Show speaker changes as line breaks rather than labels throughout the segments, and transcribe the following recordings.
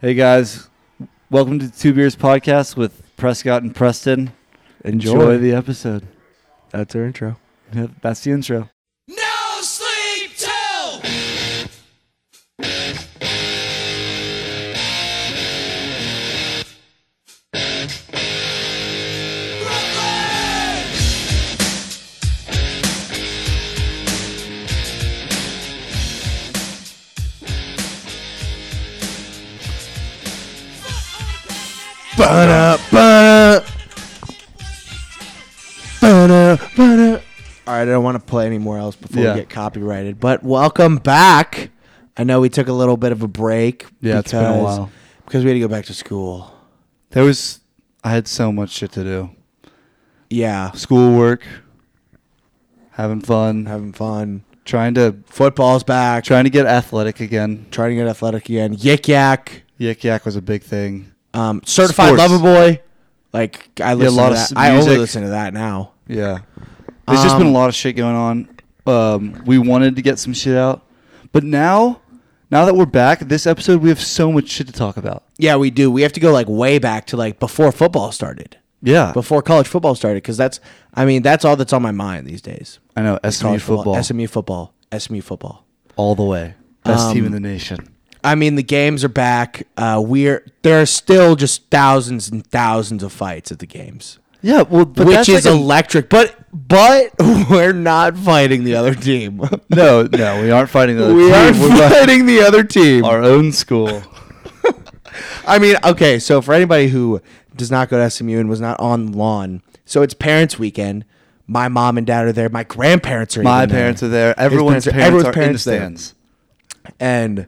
Hey guys, welcome to Two Beers Podcast with Prescott and Preston.
Enjoy.
Enjoy the episode.
That's our intro.
Yeah, That's the intro.
No sleep till Brooklyn.
Ba-da, ba-da. Ba-da, ba-da. All right, I don't want to play anymore else before
Yeah.
we get copyrighted. But welcome back. I know we took a little bit of a break.
Yeah, it's been a while.
Because we had to go back to school.
There was, I had so much shit to do.
Yeah,
Schoolwork, having fun,
having fun.
trying to
Football's back.
trying to get athletic again.
trying to get athletic again. Yik yak.
Yik yak was a big thing.
Um, certified
Sports.
lover boy. Like I listen
lot
to
of
that.
s-
I only
music.
listen to that now.
Yeah. There's just been a
Um,
lot of shit going on. Um, we wanted to get some shit out, but now, now that we're back, this episode we have so much shit to talk about.
Yeah, we do. We have to go like way back to like before football started.
Yeah,
before college football started because that's I mean that's all that's on my mind these days.
I know SMU
College
football,
SMU football, SMU football.
all the way, Um, best team in the nation.
I mean the games are back. Uh, we're there are still just thousands and thousands of fights at the games,
Yeah, well, but
which
that's
is
like
electric. But but we're not fighting the other team.
a, no, no, we aren't fighting the other
we
team.
are
We're fighting
fighting the other team.
our own school.
I mean, okay, so for anybody who does not go to SMU and was not on the lawn, so it's parents' weekend. My mom and dad are there. My grandparents are.
My
even there.
parents are there.
His
Everyone's parents,
everyone's
are
parents
in the
there.
stands.
and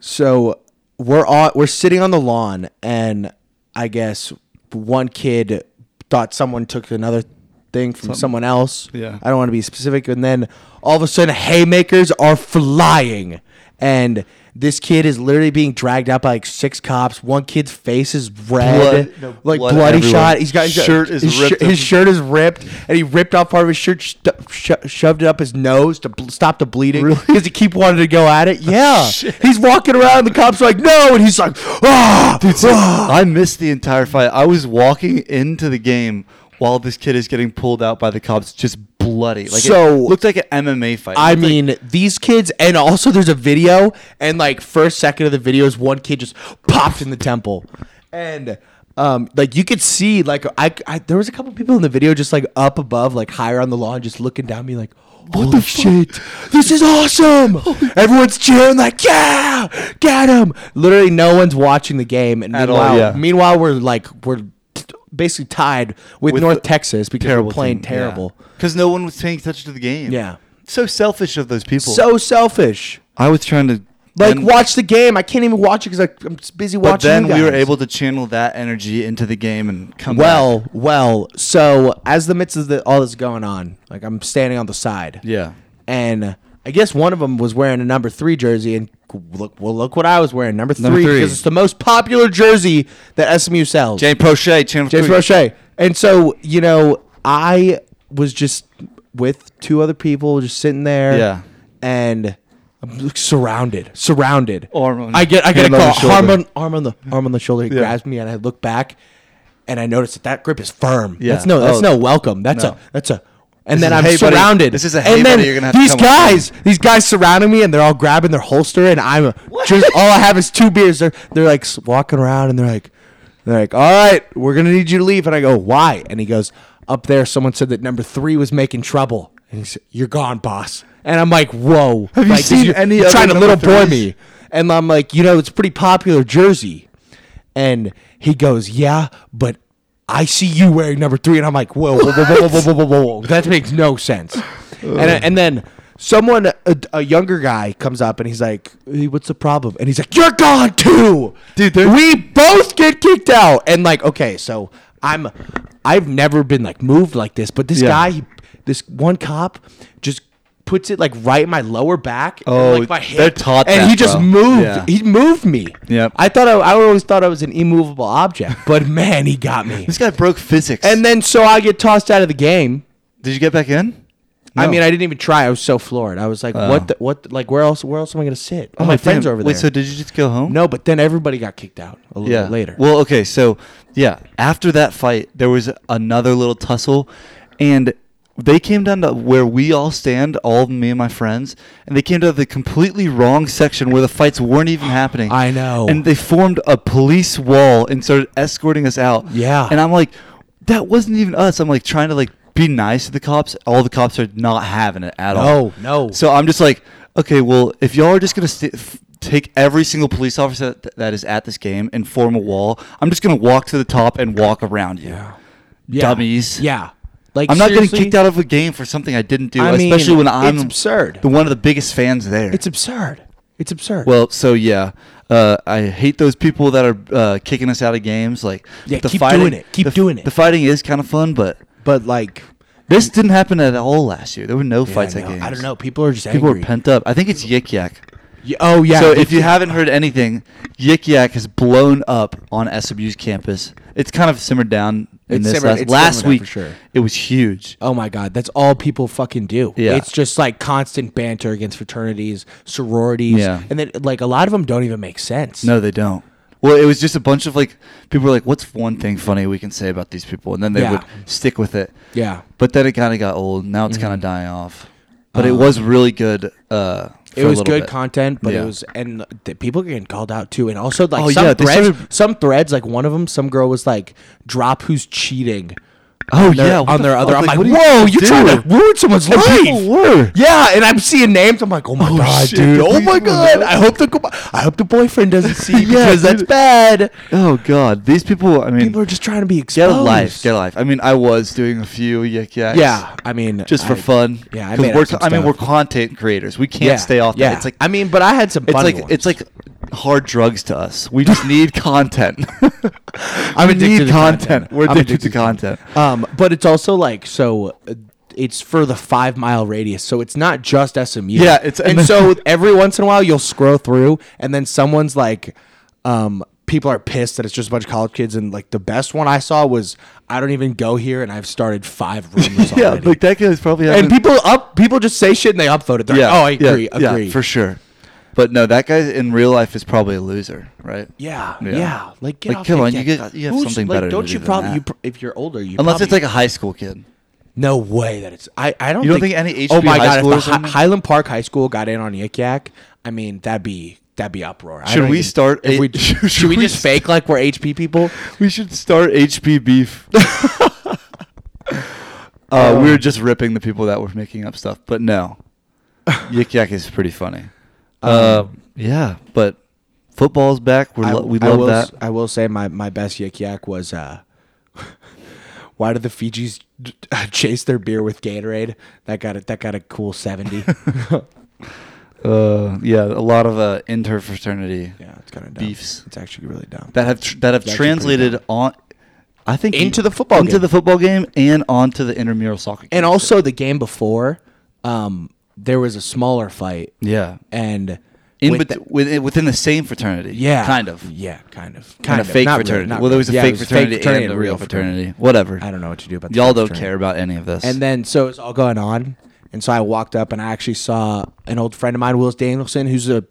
so we're all we're sitting on the lawn and i guess one kid thought someone took another thing from someone else
Yeah.
i don't want to be specific and then all of a sudden haymakers are flying and this kid is literally being dragged out by like six cops. One kid's face is red,
Blood- no,
like
blood
bloody
everywhere.
shot. He's got he's got-
Shirt is
his, shi-
ripped
his
up.
shirt is ripped, and he ripped off part of his shirt, stu sho- shoved it up his nose to bl- stop the bleeding
Really?
because he keep wanting to go at it. Yeah,
Shit.
he's walking around, the cops are like, "No," and he's like, "Ah, ah."
I missed the entire fight. I was walking into the game while this kid is getting pulled out by the cops, just bloody. Like
So-
it looked like an MMA fight. It
I
looked like-
mean, these kids, and also there's a video, and like first second of the video is one kid just popped in the temple, and um, like you could see, like I, I there was a couple people in the video just like up above, like higher on the lawn, just looking down, being like, "What the shit? This is awesome!" Everyone's cheering, like, "Yeah, get him!" Literally, no one's watching the game, and
At all,
meanwhile,
yeah.
meanwhile, we're like we're basically tied with,
With
North
the-
Texas because we're playing terrible.
Because no one was paying attention to the game.
Yeah.
So selfish of those people.
So selfish.
I was trying to
Like
and-
watch the game. I can't even watch it because I'm s- busy watching.
But then
you
we were
guys.
able to channel that energy into the game and come
Well,
back.
well. So as the midst of the, all this going on, like I'm standing on the side.
Yeah.
And I guess one of them was wearing a number three jersey, and look, well, look what I was wearing, number three,
Number three.
because it's the most popular jersey that SMU sells.
Jay Prochet, channel
James
three.
Roche. And so, you know, I was just with two other people just sitting there.
Yeah.
And I'm like, surrounded. Surrounded.
Arm on-
I get I get
hand
a
on
call.
the shoulder.
Arm on arm on the arm on the shoulder. He
Yeah.
grabs me and I look back and I notice that that grip is firm.
Yeah.
That's no that's
Oh.
no welcome. That's
No.
a that's a and
This is
then
a
I'm
hey, buddy.
surrounded.
This is a hey,
and then
buddy. You're gonna have to
these
come with me.
guys, these guys surrounding me, and they're all grabbing their holster, and I'm just all I have is two beers. They're they're like s- walking around, and they're like, they're like, all right, we're gonna need you to leave, and I go, why? And he goes, up there, someone said that number three was making trouble, and he said, you're gone, boss. And I'm like, whoa, have
you seen any
you're
other
trying to
number
little boy
threes?
me? And I'm like, you know, it's a pretty popular jersey, and he goes, yeah, but. I see you wearing number three, and I'm like, whoa, whoa, whoa, whoa, whoa, whoa, whoa, whoa, whoa. that makes no sense. and, and then someone, a, a younger guy, comes up and he's like, hey, what's the problem? And he's like, you're gone too,
Dude, they're-
We both get kicked out, and like, okay, so I'm, I've never been like moved like this, but this
Yeah.
guy, he, this one cop, just puts it like right in my lower back,
Oh,
and, like my hip,
they're taught
and
that,
he just
bro.
moved.
Yeah.
He moved me.
Yep.
I thought I, I always thought I was an immovable object, but man, he got me.
This guy broke physics.
And then so I get tossed out of the game.
did you get back in?
I
No.
mean, I didn't even try. I was so floored. I was like,
Oh.
"What? The, what? the- like, where else? Where else am I gonna sit? All my
Oh,
friends
damn.
are over there."
Wait, so did you just go home?
no, but then everybody got kicked out a little
Yeah.
bit later.
Well, okay, so yeah, after that fight, there was another little tussle, and they came down to where we all stand, all of me and my friends, and they came to the completely wrong section where the fights weren't even happening.
I know.
And they formed a police wall and started escorting us out.
Yeah.
And I'm like, that wasn't even us. I'm like trying to like be nice to the cops. All the cops are not having it at all.
Oh, No, no.
Oh, So I'm just like, okay, well, if y'all are just gonna st- f- take every single police officer that, that is at this game and form a wall, I'm just gonna walk to the top and walk around you.
yeah.
dummies.
Yeah, like
I'm not getting
seriously,
kicked out of a game for something I didn't do,
I mean,
especially when I'm
it's absurd.
the one of the biggest fans there.
It's absurd. It's absurd.
well, so yeah, uh, I hate those people that are uh, kicking us out of games. Like,
Yeah, keep doing it. Keep
the f-
doing it.
The fighting is kind of fun, but
but like,
this didn't happen at all last year. There were no fights
I,
at
know.
games.
I don't know. People are just
People
angry.
were pent up. I think it's Yik Yak.
Y- oh yeah.
so if you haven't heard anything, Yik Yak has blown up on SMU's campus. It's kind of simmered down in
It's
this
simmered-
last,
it's
last
simmered down
week.
for sure.
It was huge.
Oh my God, that's all people fucking do.
Yeah.
It's just like constant banter against fraternities, sororities.
Yeah.
And then, like, a lot of them don't even make sense.
No, they don't. Well, it was just a bunch of like people were like, "What's one thing funny we can say about these people?" And then they
Yeah.
would stick with it.
Yeah. Mm-hmm.
But then it kind of got old. Now it's kind of dying off. But it was really good. Uh, for
Um, It
a
was
little
good
bit.
content, but
Yeah.
it was, and th- people getting called out too. And also, like,
Oh,
some
yeah, they
threads,
started-
some threads, like one of them, some girl was like, drop who's cheating.
Oh
on their-
yeah, what
on
the
their
fuck?
other. I'm like,
what are
whoa, you're trying
doing?"
to ruin someone's
And
life.
people were.
Yeah, and I'm seeing names. I'm like, oh my god,
shit,
dude.
the
Oh
police
my
were
god.
there.
I hope the co- I hope the boyfriend doesn't see
Yeah,
because that's
dude.
bad.
Oh god, these people. I mean,
People are just trying to be
get
exposed.
a life, get a life. I mean, I was doing a few yik yaks.
Yeah, I mean,
just for
I-
fun.
Yeah, I
'Cause
made up
we're.
some
I mean,
stuff.
we're content creators. We can't
Yeah,
stay off.
Yeah,
that. It's like
I mean, but I had some.
it's
funny
like
ones.
it's like hard drugs to us. We just need content.
I'm
We
addicted
need
to
content.
content.
We're
I'm
addicted,
addicted
to content.
Um, but it's also like so. uh, It's for the five mile radius, so it's not just SMU.
Yeah, it's-
and,
and
so every once in a while you'll scroll through, and then someone's like, um, people are pissed that it's just a bunch of college kids, and like the best one I saw was I don't even go here, and I've started five rumors
yeah,
already.
like that guy's probably having,
and people up, people just say shit and they upvote it. They're
Yeah,
like, oh, I agree,
yeah,
agree.
yeah, for sure. But no, that guy in real life is probably a loser, right?
Yeah, yeah.
Yeah.
Like, get
Like,
off
come
that
on,
gag.
you get- you have
Who's-
something
like,
better to
Don't
do
you
than
probably? You,
that.
pr- if you're older, you
Unless
probably,
it's like a high school kid.
no way that it's. I I don't.
You don't think any
oh
HB
my
high
god!
school or
If the Hi-
something?
Highland Park High School got in on Yik Yak, I mean that'd be that'd be uproar. I
Should
don't
we
even-
start
If
a-
we, should,
should
we
we
just
st-
fake like we're HP people?
We should start HP beef. uh,
Um,
we were just ripping the people that were making up stuff, but no, Yik Yak is pretty funny.
Um,
Uh, yeah, but football's back. We're lo- we love
will,
that.
s- I will say my my best Yik Yak was. uh why did the Fijis d- chase their beer with Gatorade? That got a, that got a cool seventy.
Uh, yeah, a lot of uh, interfraternity
yeah, it's kind of dumb.
beefs
It's actually really dumb.
that have tr- that have
That's actually pretty
translated on. I think
Into the football
into
game.
the football game and onto the intramural soccer. game.
and also the game before, um, there was a smaller fight.
yeah,
and
in
with
bet-
the-
within, within the same fraternity.
yeah,
kind of.
yeah, kind of, kind,
Kind
of
of fake
Not really,
fraternity.
not
well, there was a
really. Yeah,
fake
it was
fraternity, and a real fraternity. Whatever.
I don't know what to do about the
Y'all
fake
don't
fraternity.
care about any of this.
And then so it's all going on, and so I walked up and I actually saw an old friend of mine, Willis Danielson, who's a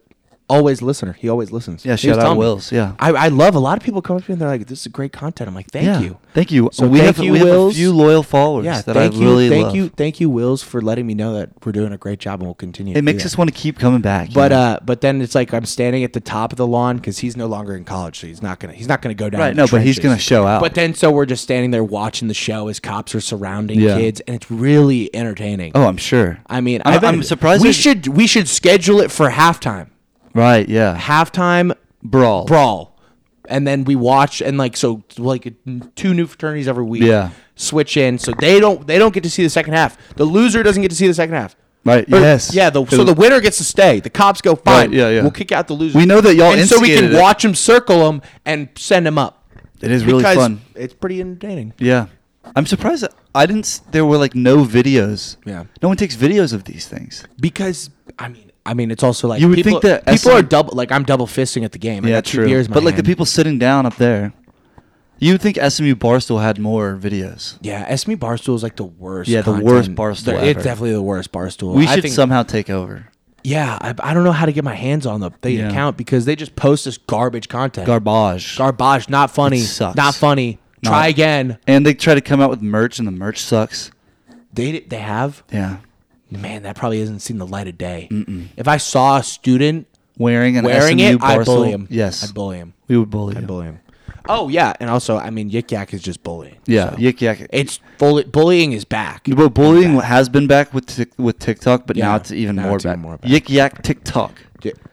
always listener. He always listens.
Yeah,
He
shout
was
out
telling me-
Wills, yeah.
I, I love a lot of people come up to me and they're like, "This is great content." I'm like, "Thank
yeah,
you,
thank you.
So
we
thank
have,
you,
we have a
Wills.
few loyal followers
Yeah,
that
thank
I
you,
really
thank
love.
you, thank you, Wills, for letting me know that we're doing a great job and we'll continue. to
It
do
makes
that.
us want to keep coming back. you
But
know?
uh, but then it's like I'm standing at the top of the lawn because he's no longer in college, so he's not gonna he's not gonna go down.
Right,
in the
no, but he's
trenches.
gonna show out.
But then so we're just standing there watching the show as cops are surrounding
Yeah.
kids, and it's really entertaining.
oh, I'm sure.
I mean,
I'm,
I bet-
I'm surprised.
We
that-
should we should schedule it for halftime.
Right? Yeah.
Halftime
Brawl.
brawl, and then we watch and like so like two new fraternities every week.
Yeah.
switch in so they don't they don't get to see the second half. The loser doesn't get to see the second half.
Right.
Or-
yes.
Yeah. The, so
Who-
the winner gets to stay. The cops go fine.
Right, yeah, yeah.
We'll kick out the loser.
We know that y'all
and so we can
instigated it.
watch them circle them and send them up.
It is really
Because
fun.
It's pretty entertaining.
Yeah. I'm surprised that I didn't. s- There were like no videos.
Yeah.
No one takes videos of these things.
Because I mean, I mean, it's also like
You would
people,
think that
people
SM
are double like I'm double fisting at the game. I got two beers in my
But like the
hand.
people sitting down up there, You would think SMU Barstool had more videos.
Yeah, SME Barstool is like the worst.
Yeah, the
content.
worst Barstool
They're-
ever.
It's definitely the worst Barstool.
We
I
should
think-
somehow take over.
Yeah, I, I don't know how to get my hands on the, the
Yeah.
account because they just post this garbage content.
Garbage.
garbage. Not funny.
It sucks.
Not funny.
No.
Try again.
and they try to come out with merch, and the merch sucks.
They they have
Yeah.
man that probably hasn't seen the light of day. If I saw a student
Wearing an
wearing
SMU
it, I
Barstool.
bully him.
Yes.
I bully him.
we would bully
I
him.
bully him. Oh yeah, and also I mean Yik Yak is just bullying.
Yeah.
so.
Yik yak.
It's bully, bullying is back.
But bullying has been back with tic- with TikTok, but now
Yeah,
it's even
now
more
it's
back.
even more back.
Yik yak TikTok.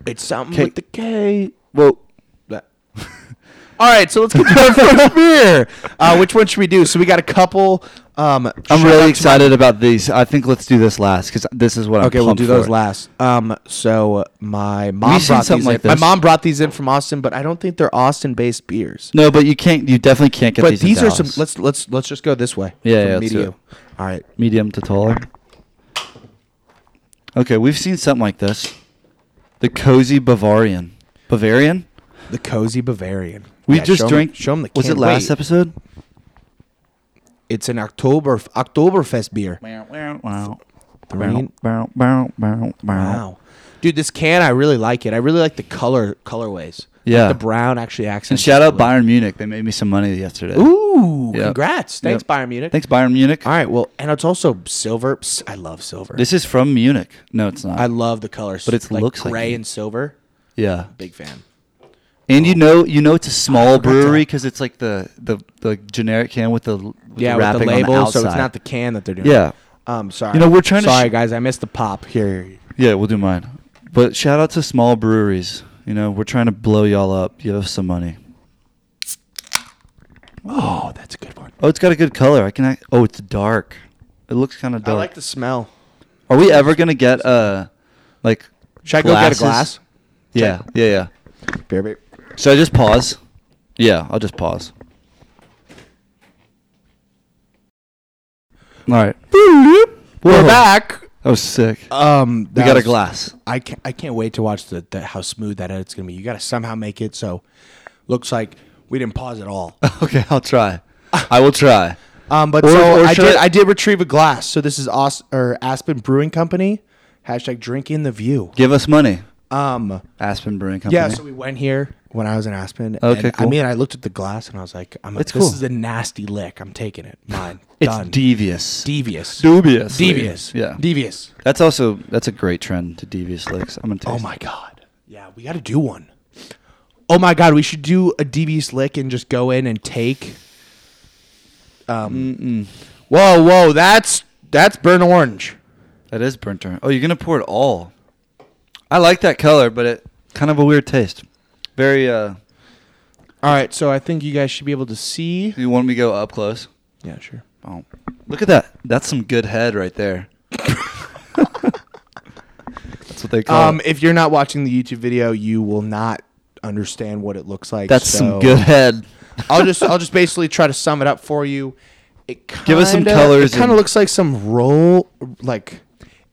It's something
K-
with the K.
Well,
That- All right, so let's get to our first beer. Uh, which one should we do? So we got a couple. Um,
I'm
shout
really
out to my-
excited about these. I think let's do this last because this is what I'm.
Okay, we'll
pumped
do those
for.
last. Um, so my mom
seen
brought
something
these.
like
in. My
this.
mom brought these in from Austin, but I don't think they're Austin-based beers.
No, but you can't. You definitely can't get
but
these.
these,
in
are some.
Dallas.
Let's let's let's just go this way.
Yeah,
From
yeah,
me
let's
to
do
you. All right.
medium to taller. Okay, we've seen something like this. The cozy Bavarian. Bavarian.
The cozy Bavarian.
We
Yeah,
just
show 'em-
drank.
show 'em the.
was
can.
it last
Wait,
episode?
It's an October Oktoberfest beer. Three- Wow. Dude, this can I really like it. I really like the color colorways. Like
Yeah.
the brown actually accents.
And shout
the
out
blue.
Bayern Munich. They made me some money yesterday.
Ooh,
Yep.
congrats. Thanks,
Yep.
Bayern Munich.
Thanks, Bayern Munich.
All right, well, and it's also silver. Psst, I love silver.
This is from Munich. No, it's not.
I love the colors.
But it
like
looks like
gray
it.
and silver.
yeah.
Big fan.
And you know, you know, it's a small
forgot to-
brewery because it's like the, the the generic can with the with
Yeah,
the
with
wrapping
the label,
on the outside.
so it's not the can that they're doing.
Yeah.
Um, sorry.
You know, we're trying to
Sorry,
sh-
guys, I missed the pop. Here.
Yeah, we'll do mine. But shout out to small breweries. You know, we're trying to blow y'all up. Give us some money.
Oh, that's a good one.
Oh, it's got a good color. I can. Act- oh, it's dark. It looks kind of
I
dark.
like the smell.
Are we ever gonna get uh, like?
Should I go get a
glasses?
glass?
Yeah, yeah, yeah.
Beer, beer.
Should I just pause? Yeah, I'll just pause. All right.
We're
Whoa.
back.
That was sick. we
Um, that
got a
was-
glass.
I can't, I can't wait to watch the, the how smooth that edit's gonna be. You gotta somehow make it so looks like we didn't pause at all.
Okay, I'll try. I will try.
Um, but
Or-
so
or
I
should
did
I-
I did retrieve a glass. So this is Aus- or Aspen Brewing Company. Hashtag drink in the view.
Give us money,
Um,
Aspen Brewing Company.
yeah. So we went here when I was in Aspen.
Okay,
and,
cool.
I mean, I looked at the glass and I was like, I'm,
It's
"This
cool.
is a nasty lick. I'm taking it. Mine.
it's
Done.
devious.
devious.
Dubious.
Devious.
Yeah.
Devious.
that's also that's a great trend to devious licks. I'm gonna. Taste
Oh my god. Yeah, we got to do one. Oh my god, we should do a devious lick and just go in and take. Um. Whoa, whoa, that's that's burnt orange.
That is burnt orange. Oh, you're gonna pour it all. I like that color, but it kind of a weird taste. Very. uh
All right, so I think you guys should be able to see.
You want me to go up close?
Yeah, sure.
Oh, look at that. That's some good head right there. that's what they call.
Um,
it.
if you're not watching the YouTube video, you will not understand what it looks like.
That's
so-
some good head.
I'll just I'll just basically try to sum it up for you. It kinda,
Give us some colors
It kind
and-
of looks like some roll, like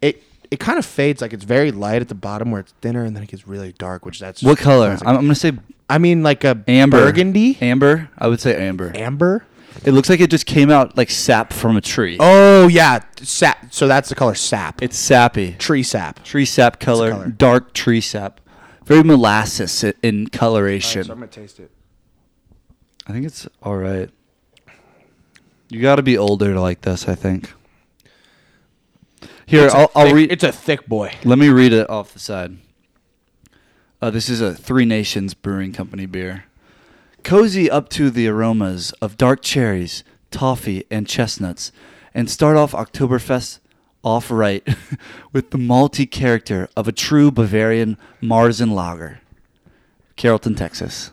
it. It kind of fades, like it's very light at the bottom where it's thinner, and then it gets really dark. Which that's just
What color?
classic.
I'm, I'm gonna say
I mean, like a
amber.
burgundy,
Amber. I would say amber.
amber.
It looks like it just came out like sap from a tree.
Oh yeah, sap. So that's the color sap.
It's sappy.
tree sap.
Tree sap color,
color.
dark tree sap, very molasses i- in coloration.
So I'm gonna taste it.
I think it's all right. You got to be older to like this. I think. Here,
It's a
I'll, I'll
thick-
read.
It's a thick boy.
Let me read it off the side. Uh, this is a Three Nations Brewing Company beer. Cozy up to the aromas of dark cherries, toffee, and chestnuts, and start off Oktoberfest off right with the malty character of a true Bavarian Marzen lager. Carrollton, Texas.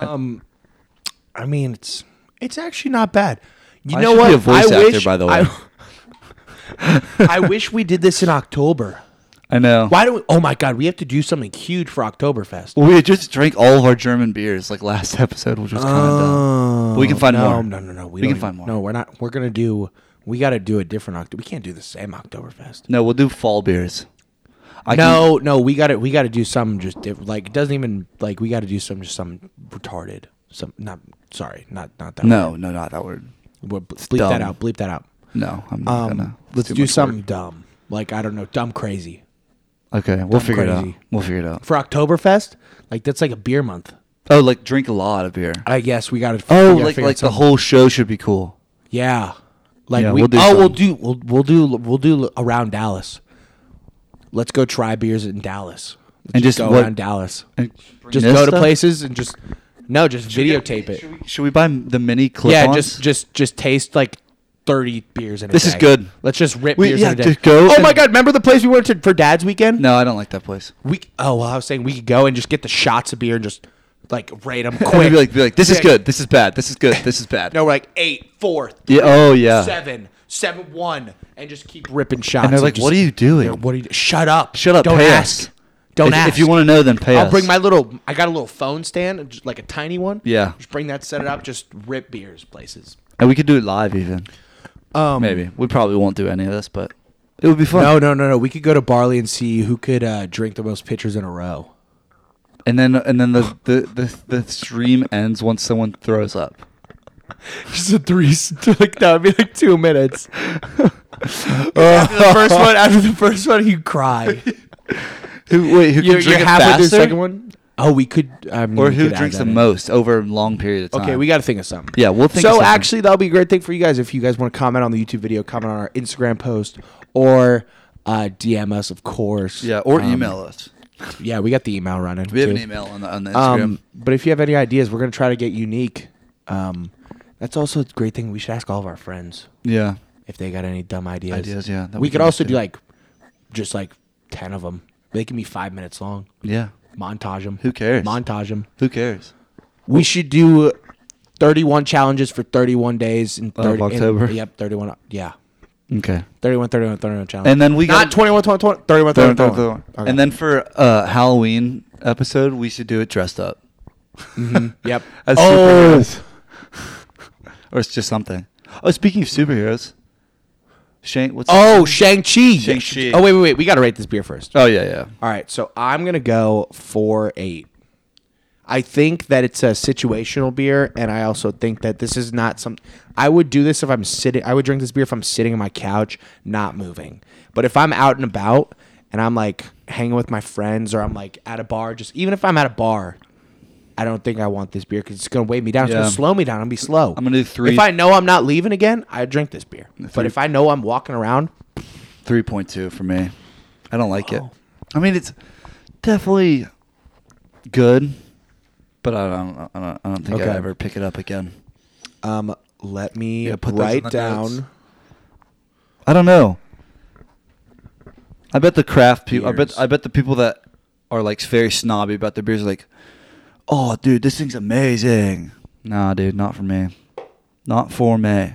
Um, I mean, it's it's actually not bad. You
I
know
should
what?
be a voice
I
actor,
wish,
by the
I-
way.
I wish we did this in October.
I know.
Why don't we? Oh my God, we have to do something huge for Oktoberfest.
Well, we just drank all of our German beers like last episode, which was kind of
Oh.
dumb. But Oh. we can find
no,
more.
No, no, no.
We
don't
can find more.
No, we're not. We're gonna do. We got to do a different October. We can't do the same Oktoberfest.
No, we'll do fall beers. I can-
no, no. We got to. We got to do something just diff- like it doesn't even like we got to do something just something retarded. Some not sorry, not not that.
No,
word.
no, not that word.
We'll ble- bleep that
dumb.
out. Bleep that out.
No, I'm not
Um,
gonna.
let's
too
do
much
something dumb. Like I don't know, dumb crazy
work. Okay, we'll figure it
crazy.
out. We'll figure it out.
for Oktoberfest. Like that's like a beer month.
Oh, like drink a lot of beer.
I guess we got to.
Oh, like like the whole show should be cool.
Yeah. Like
Yeah,
we
we'll do
oh we'll
something.
do we'll we'll do we'll do around Dallas. Let's go try beers in Dallas. Let's
And just
go
what-
around Dallas.
And
Just
this
go to
stuff?
places and just no, just videotape it.
Should we buy the mini clip?
yeah, just just just taste like thirty beers in a
This is
day.
good.
Let's just rip
We-
beers
yeah,
in a day.
just go
oh my
and-
god, remember the place we went to for Dad's weekend?
no, I don't like that place.
We oh well, I was saying we could go and just get the shots of beer and just like rate them
Quick.
quick.
Be like, be like, this is
Yeah.
good. This is bad. This is good. This is bad.
No, we're like eight, four,
Yeah. Oh yeah.
seven, seven, one, and just keep ripping shots.
And they're like,
just-
"What are you doing?
Yeah, what are you? Shut up!
Shut up.
Don't
pay
ask.
us.
Don't
if,
ask.
If you want to know, then pay
I'll
us.
bring my little. I got a little phone stand, just like a tiny one.
Yeah.
Just bring that, set it up, just rip beers places.
And we could do it live even.
Um,
Maybe we probably won't do any of this, but it would be fun.
No, no, no, no. We could go to Barley and see who could uh, drink the most pitchers in a row.
And then and then the the, the, the stream ends once someone throws up.
Just a three. Like that would be like two minutes. Uh, after the first one, after the first one, you cry.
Who wait? Who
You're,
can drink
you're
it
halfway through
faster?
the second one. Oh, we could. I mean,
Or
we
who
could add
drinks
that
the
in.
most over a long period of time?
Okay, we got to think of something.
Yeah, we'll think
So
of something.
actually, that'll be a great thing for you guys if you guys want to comment on the YouTube video, comment on our Instagram post, or uh, DM us, of course.
Yeah, or
Um,
email us.
Yeah, we got the email running.
We have
too.
an email on the on the Instagram.
Um, but if you have any ideas, we're gonna try to get unique. Um, that's also a great thing. We should ask all of our friends
yeah,
if they got any dumb ideas.
Ideas, yeah, that we
We, could
can
also
do.
do like, just like ten of them. They can be five minutes long.
yeah.
Montage them.
Who cares?
Montage them.
Who cares?
We should do 31 challenges for 31 days in
Of
30, in-
October.
yep, 31. Yeah.
Okay.
31, 31, 31 challenges.
And then we
Not
got-
21, 21, 31, 31.
And then for uh, Halloween episode, we should do it dressed up
Yep.
as
oh,
superheroes, or it's just something. Oh, speaking of superheroes, Shane, what's
oh Shang-Chi.
Shang-Chi.
Oh, wait, wait, wait. We got to rate this beer first.
oh yeah yeah
All right. So I'm going to go 4 8. I think that it's a situational beer, and I also think that this is not some. I would do this if I'm sitting. I would drink this beer if I'm sitting on my couch, not moving. But if I'm out and about and I'm like hanging with my friends or I'm like at a bar, just even if I'm at a bar, I don't think I want this beer because it's gonna weigh me down. It's
Yeah.
gonna slow me down. I'll be slow.
I'm gonna do three-
If I know I'm not leaving again, I drink this beer. But
Three-
if I know I'm walking around,
three point two for me. I don't like it. I mean, it's definitely good, but I don't I don't, I don't think
Okay.
I'd ever pick it up again.
um, let me
Yeah, put those in
write
the
down.
notes. I don't know. I bet the craft people. I bet
Beers.
I bet the people that are like very snobby about their beers are like, "Oh, dude, this thing's amazing." Nah, dude, not for me. Not for me.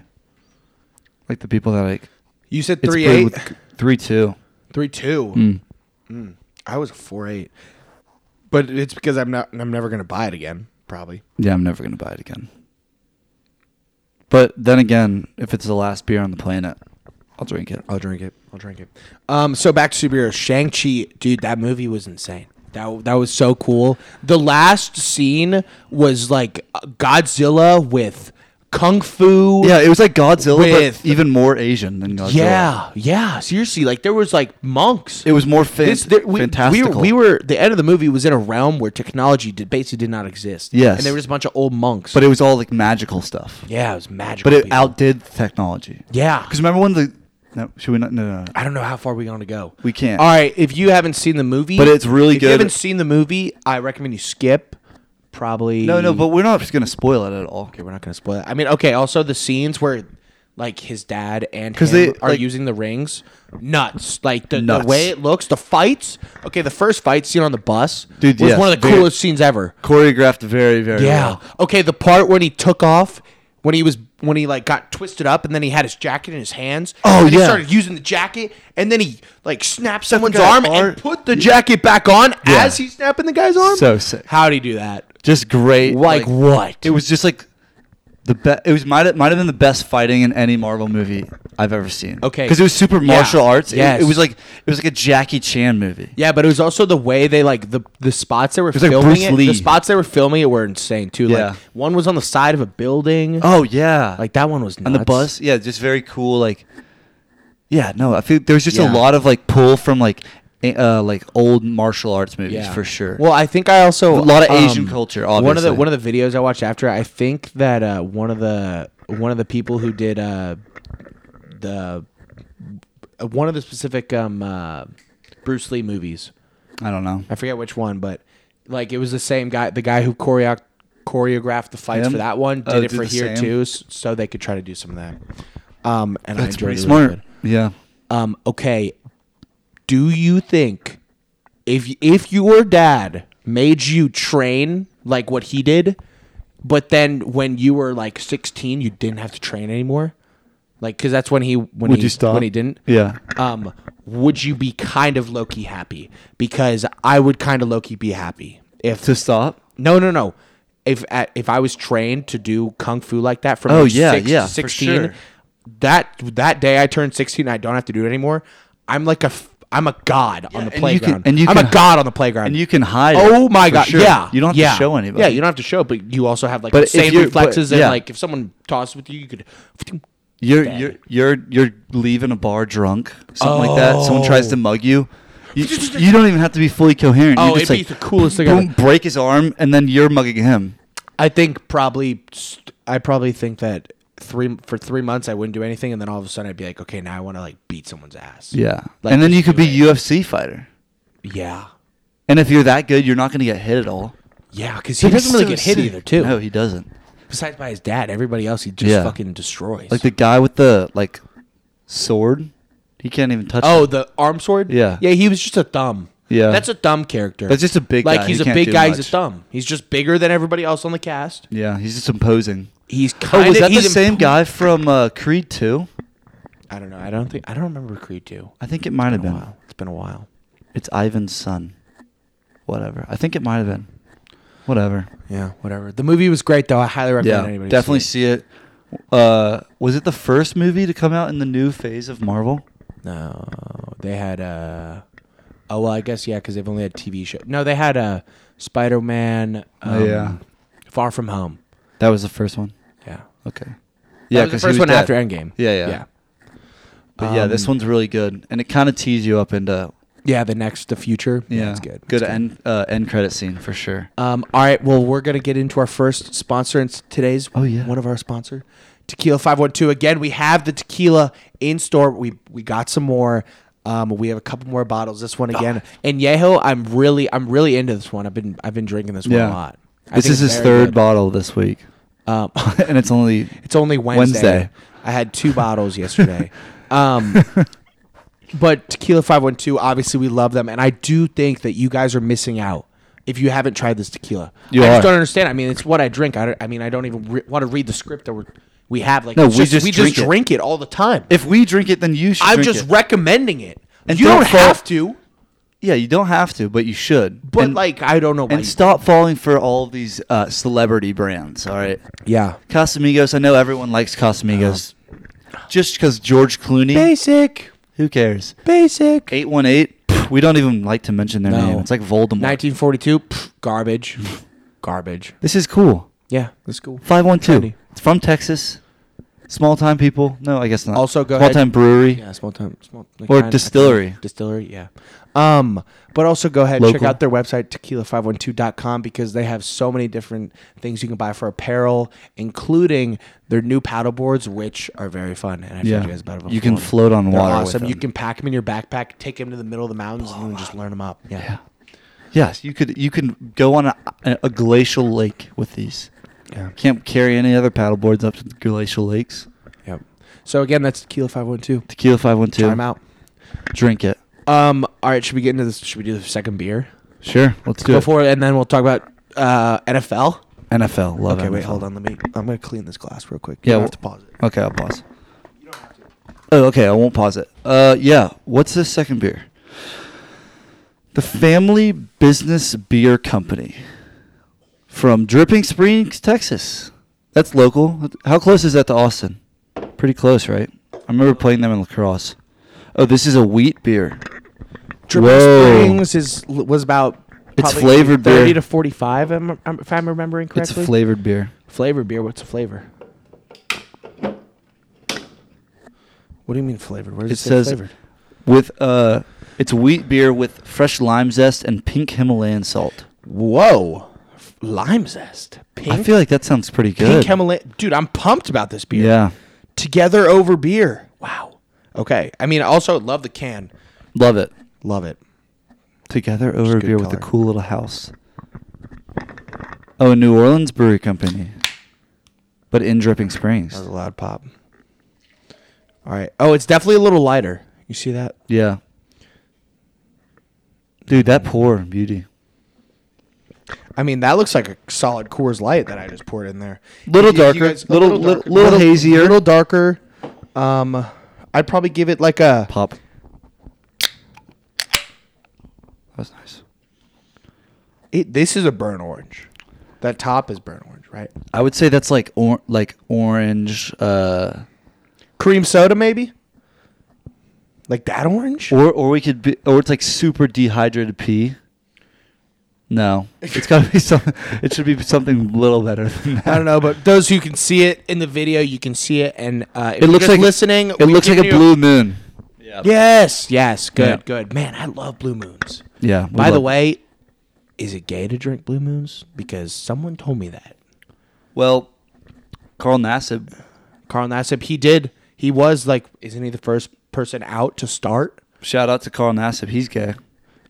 Like the people that are like
You said
it's
three
brewed
eight,
with c- three two.
three two.
Mm.
Hmm. I was a four eight, but it's because I'm not. I'm never gonna buy it again. Probably.
Yeah, I'm never gonna buy it again. But then again, if it's the last beer on the planet, I'll drink it.
I'll drink it. I'll drink it. Um. So back to superheroes. Shang Chi, dude. That movie was insane. That that was so cool. The last scene was like uh, Godzilla with kung fu.
Yeah, it was like Godzilla,
With-
but even more Asian than Godzilla.
Yeah. Yeah. Seriously, like there was like monks.
it was more fan-
this there, we, we,
fantastical.
we were the end of the movie was in a realm where technology did, basically did not exist.
Yes.
and there was a bunch of old monks.
but it was all like magical stuff.
yeah, it was magical.
But it
people.
outdid technology.
Yeah.
Because remember when the no, should we not? No, no, no.
I don't know how far we're going to go.
We can't.
All right. If you haven't seen the movie,
But it's really
if you
good.
haven't seen the movie, I recommend you skip. Probably.
no, no. But we're not just gonna spoil it at all.
okay, we're not going to spoil it. I mean, okay. Also, the scenes where like his dad and
'Cause
him
they,
are
like-
using the rings, nuts. Like the,
Nuts.
the way it looks, the fights. Okay, the first fight scene on the bus
Dude,
was
yes,
one of the
very-
coolest scenes ever.
Choreographed very, very.
Yeah.
well.
Okay, the part when he took off when he was when he like got twisted up and then he had his jacket in his hands.
Oh,
and He
yeah.
started using the jacket and then he like snapped someone's
guy
arm
apart.
and put the jacket back on
Yeah.
as he's snapping the guy's arm.
So sick.
How'd he do that?
Just great.
Like, what?
It was just like the best. It was might have- might have been the best fighting in any Marvel movie I've ever seen.
Okay.
because it was super
Yeah.
martial arts. It-
Yes.
It, was like it was like a Jackie Chan movie.
Yeah, but it was also the way they like the the spots they were
was like
filming
Bruce
it.
Lee.
The spots they were filming it were insane too.
Yeah.
Like one was on the side of a building.
Oh yeah,
Like that one was nuts.
on the bus. Yeah, just very cool. Like, yeah, no, I feel there's just a
Yeah.
lot of like pull from like a- uh like old martial arts movies
Yeah.
for sure.
Well, I think I also um,
A lot of Asian culture,
One of
obviously.
the one of the videos I watched after, I think that uh, one of the one of the people who did uh, the uh, one of the specific um, uh, Bruce Lee movies.
I don't know.
I forget which one, but like it was the same guy, the guy who choreo- choreographed the fights
Him?
for that one, did
Oh,
it
did the
for here
same?
too, s- so they could try to do some of that. Um, and I
That's
enjoyed
pretty
it a little
smart.
bit.
Yeah.
Um, okay, do you think if if your dad made you train like what he did, but then when you were like sixteen, you didn't have to train anymore, like because that's when he when
Would
he
you stop?
when he didn't,
Yeah.
um, would you be kind of Loki happy? Because I would kind of Loki be happy if
To stop.
no, no, no. If at, if I was trained to do kung fu like that from
Oh,
age
yeah,
six
yeah,
to
for
sixteen,
sure.
that that day I turned sixteen, I don't have to do it anymore. I'm like a f- I'm a god on the
and you can-
playground.
and you
I'm
can
a
hi-
god on the playground.
And you can hide.
Oh
it,
my
for
god!
sure.
Yeah,
you don't have
yeah.
to show anybody.
Yeah, you don't have to show, but you also have like
But
the
if
same
you're- but-
reflexes. and
yeah.
like if someone tosses with you, you could.
You're
Dead.
you're you're you're leaving a bar drunk, something like that. Someone tries to mug you. You, you don't even have to be fully coherent.
Oh,
you're just like,
it'd be the coolest thing
boom,
ever.
break his arm, and then you're mugging him.
I think probably st- I probably think that three for three months I wouldn't do anything, and then all of a sudden I'd be like, okay, now I want to like beat someone's ass.
Yeah,
Like,
and then
just
you could
do
be UFC fighter.
Yeah,
And if you're that good, you're not going to get hit at all.
yeah, because he doesn't really get hit either, too.
No, he doesn't.
Besides by his dad, everybody else he just
Yeah.
fucking destroys.
Like the guy with the like sword, he can't even touch.
oh,
it.
the arm sword.
Yeah.
yeah, he was just a thumb.
Yeah.
that's a dumb character.
That's just a big
like
guy.
he's
He
a
can't
big
do
guy. He's
much.
a thumb. He's just bigger than everybody else on the cast.
yeah, he's just imposing.
He's
Oh,
kind
was that the
he's
same
imp-
guy from uh, Creed Two?
I don't know. I don't think I don't remember Creed two.
I think it might have
Been a
been.
while. It's been a while.
It's Ivan's son. Whatever. I think it might have been. Whatever.
Yeah, whatever. The movie was great though. I highly recommend anybody
definitely
See
see it. Uh, was it the first movie to come out in the new phase of Marvel?
it. No, they had. uh Oh well, I guess yeah, because they've only had TV show. No, they had uh, Spider Man.
Oh,
Um,
yeah.
Far from Home.
That was the first one.
Yeah.
Okay.
Yeah, that was
'cause
the
he
first one
dead.
after Endgame.
Yeah, yeah.
yeah.
But yeah, this
Um,
one's really good, and it kind of tees you up into
Yeah, the next, the future.
yeah,
it's good. It's
good end uh, end credit scene for sure.
Um, all right. Well, we're gonna get into our first sponsor. And s- today's
Oh, yeah.
one of our sponsor, Tequila Five One Two. Again, we have the tequila in store. We we got some more. Um, we have a couple more bottles. This one again.
Ah.
And Yeho, I'm really I'm really into this one. I've been I've been drinking this one
Yeah.
a lot. I
This
think
is
it's
his
very
third
good.
bottle this week,
Um,
and it's only
It's only Wednesday.
Wednesday.
I had two bottles yesterday. Um, but Tequila 512, obviously, we love them. And I do think that you guys are missing out if you haven't tried this tequila.
You
I
are.
just don't understand. I mean, it's what I drink. I, don't- I mean, I don't even re- want to read the script that we're, we have. Like,
No,
it's
we just
we
drink
just
it.
drink it. all the time.
If we drink it, then you should.
I'm
drink
just
it.
recommending it.
And
you don't,
don't fall-
have to,
yeah, you don't have to, but you should.
but
And-
like, I don't know. why
and
you-
stop falling for all of these uh, celebrity brands. All right,
Yeah.
Casamigos. I know everyone likes Casamigos,
Uh-huh.
just because George Clooney.
Basic.
Who cares?
Basic.
Eight one eight. We don't even like to mention their
No.
name. It's like Voldemort.
1942. pff, garbage. garbage.
This is cool.
Yeah. That's cool.
Five one two.
Trendy.
It's from Texas. Small time people. No, I guess not.
Also, go
small
ahead.
time brewery.
Yeah, small time, small like
Or
kind of-
distillery.
Distillery, yeah. Um, but also go ahead and check
Local.
out their website tequila512.com because they have so many different things you can buy for apparel, including their new paddle boards, which are very fun. And I told
Yeah.
you guys about them.
You can
before.
float on
They're
water with
Awesome. You
them.
can pack them in your backpack, take them to the middle of the mountains, and then just learn them up. Yeah.
Yeah. Yes, you could. You can go on a, a glacial lake with these.
Yeah.
Can't carry any other paddle boards up to the glacial lakes.
Yep. So again, that's tequila512.
Tequila five one two.
Time out.
Drink it.
Um, all right, should we get into this? Should we do the second beer
Sure. Let's do
before, and then we'll talk about uh, NFL.
it. NFL. Love
Okay,
NFL.
wait, hold on. Let me. I'm gonna clean this glass real quick. You
Yeah.
don't
w-
have to pause it.
Okay, I'll pause. Oh, okay. I won't pause it. Uh, yeah. What's this second beer? The Family Business Beer Company from Dripping Springs, Texas. That's local. How close is that to Austin? Pretty close, right? I remember playing them in lacrosse. Oh, this is a wheat beer.
Dripping
Whoa.
Springs is was about
It's
probably
flavored beer.
thirty to forty five. If I'm remembering
It's
correctly,
a flavored beer.
flavor beer. What's a flavor? What do you mean flavored? Where does
It
it, say
says
flavored?
with uh, it's wheat beer with fresh lime zest and pink Himalayan salt.
Whoa, F- lime zest. Pink.
I feel like that sounds pretty
pink
good.
Himalayan. Dude, I'm pumped about this beer.
Yeah,
Together over beer. Wow. Okay. I mean, I also love the can.
love it.
Love it.
Together over a
good
beer with a
color.
cool little house. Oh, a New Orleans Brewery Company, but in Dripping Springs.
That was a loud pop. All right. Oh, it's definitely a little lighter. You see that?
Yeah, dude, that poor beauty.
I mean, that looks like a solid Coors Light that I just poured in there.
Little
If you- if you
darker,
guys-
little- little- little hazier.
little darker. Um, I'd probably give it like a
Pop. That was nice.
It, this is a burnt orange. That top is burnt orange, right?
I would say that's like or- like orange, uh,
Cream soda, maybe. Like that orange.
or or we could be, or it's like super dehydrated pea. No, it's got to be something. It should be something a little better than that.
I don't know, but those who can see it in the video, you can see it, and uh, if
It
you're
looks
just
like
listening.
It looks like a blue moon.
Yes, yes, good,
Yeah.
good. Man, I love blue moons.
Yeah. we
By the
love-
way, is it gay to drink blue moons? Because someone told me that.
well, Carl Nassib.
Carl Nassib, he did. He was like, isn't he the first person out to start?
Shout out to Carl Nassib. He's gay.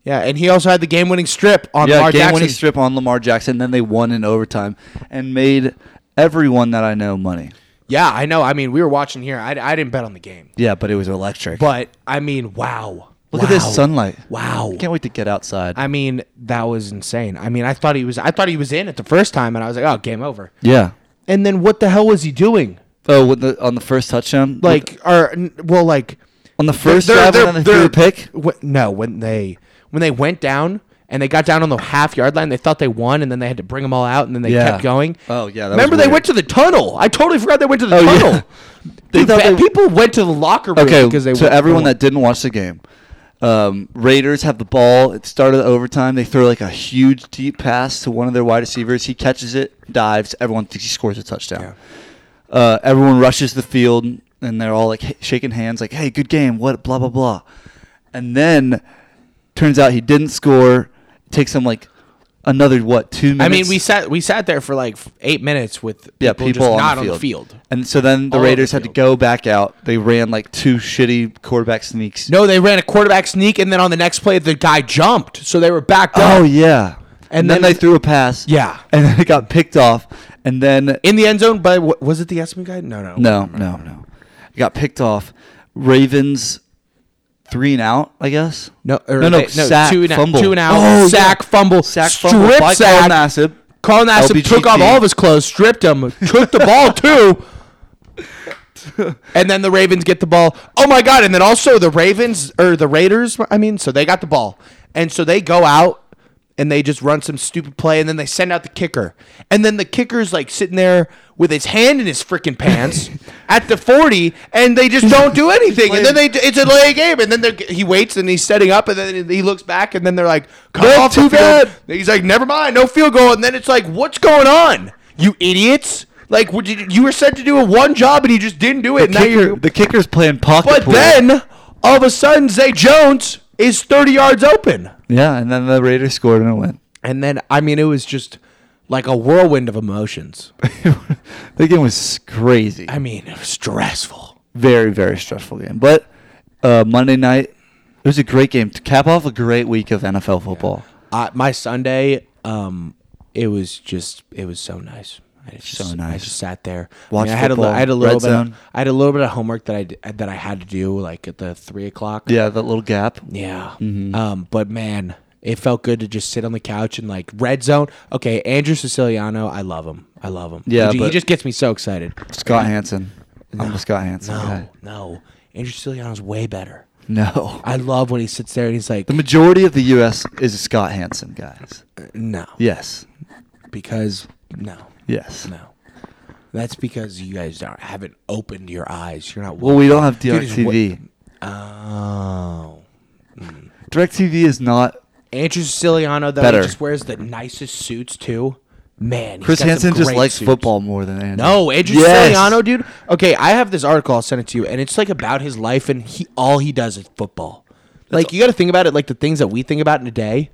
Yeah, and he also had the game-winning strip on
yeah,
Lamar
game
Jackson.
winning strip on Lamar Jackson. Then they won in overtime and made everyone that I know money.
Yeah, I know. I mean, we were watching here. I, I didn't bet on the game,
Yeah, but it was electric.
but I mean, wow.
Look at
Wow.
this sunlight.
Wow.
Can't wait to get outside.
I mean, that was insane. I mean, I thought he was. I thought he was in it the first time, and I was like, oh, game over.
yeah.
And then what the hell was he doing?
Oh, with the, on the first touchdown,
Like, or n- well, like
on the first
they're-
drive
they're-
and then they
they're-
threw a pick.
wh- no, when they when they went down and they got down on the half yard line, they thought they won, and then they had to bring them all out, and then they
Yeah.
kept going.
Oh, yeah, that was
remember they
weird.
went to the tunnel? I totally forgot they went to the
Oh, yeah.
tunnel.
They
Dude,
thought
ba-
they-
people went to the locker room
Okay,
because they
to
won-
everyone
won.
that didn't watch the game, um, Raiders have the ball. It started overtime. They throw like a huge deep pass to one of their wide receivers. He catches it, dives. Everyone thinks he scores a touchdown. Uh, everyone rushes the field, and they're all like h- shaking hands, like "Hey, good game." What? Blah blah blah. And then turns out he didn't score. It takes him like another what two minutes.
I mean, we sat we sat there for like f- eight minutes with
yeah,
people,
people,
just
on
not
the
on
field.
the field.
And so then the
All over the
Raiders had to
field.
go back out. They ran like two shitty quarterback sneaks.
No, they ran a quarterback sneak, and then on the next play, the guy jumped, so they were backed up.
Oh yeah. And, then,
then-
they threw a pass.
Yeah.
And then it got picked off. And then
in the end zone. By wh- was it the Espen guy? No, no,
no, no, no. It got picked off. Ravens three and out, I guess.
no, or
no, no,
they-
sack,
two and out,
fumble.
two and out,
Oh,
sack,
yeah.
fumble,
sack,
strip
fumble. by Carl
sack.
Nassib.
Carl Nassib
LBGT.
took off all of his clothes, stripped him, took the ball too. and then the Ravens get the ball. Oh my god! And then also the Ravens or the Raiders. I mean, so they got the ball, and so they go out and they just run some stupid play, and then they send out the kicker, and then the kicker's like sitting there with his hand in his freaking pants at the forty, and they just don't do anything, and then they it's a lay game, and then they're- he waits and he's setting up, and then he looks back, and then they're like, "Come
Not
off the
too
field."
bad.
He's like, never mind, no field goal. And then it's like, what's going on, you idiots? Like, would you, you were set to do a one job and you just didn't do it. and now
Kicker,
you're,
the kicker's playing pocket
but
pool.
then all of a sudden, Zay Jones is 30 yards open.
Yeah, and then the Raiders scored and it went.
And then, I mean, it was just like a whirlwind of emotions.
the game was crazy.
I mean, it was stressful.
very very stressful game. But uh, Monday night, it was a great game to cap off a great week of NFL football.
I, my Sunday, um, it was just, it was so nice. I just,
So
I
nice.
just sat there.
Watched
I, mean, I had a, li-
football,
I had a little
red
bit. Of,
zone.
I had a little bit of homework that I d- that I had to do, like at the three o'clock.
Yeah, that little gap.
Yeah.
Mm-hmm.
Um, but man, it felt good to just sit on the couch and like red zone. Okay, Andrew Siciliano, I love him. I love him.
Yeah,
he, he
but-
just gets me so excited.
Scott Hansen. I'm a Scott Hansen
No,
guy.
no, Andrew Siciliano's way better.
No.
I love when he sits there and he's like,
The majority of the U.S. is a Scott Hansen, guys.
no,
Yes.
because no,
Yes.
no. That's because you guys aren't, haven't opened your eyes. You're not.
Well, we don't have
Dude, it's
DirecTV.
wa- oh.
DirecTV is not.
Andrew Siciliano though
Better.
he just wears the nicest suits too. Man, he's
Chris
got some
Hansen just
great
likes
suits.
football more than Andrew.
No, Andrew
Yes.
Siciliano, dude. Okay, I have this article. I'll send it to you, and it's like about his life, and he all he does is football. like you got to think about it, like the things that we think about in a day.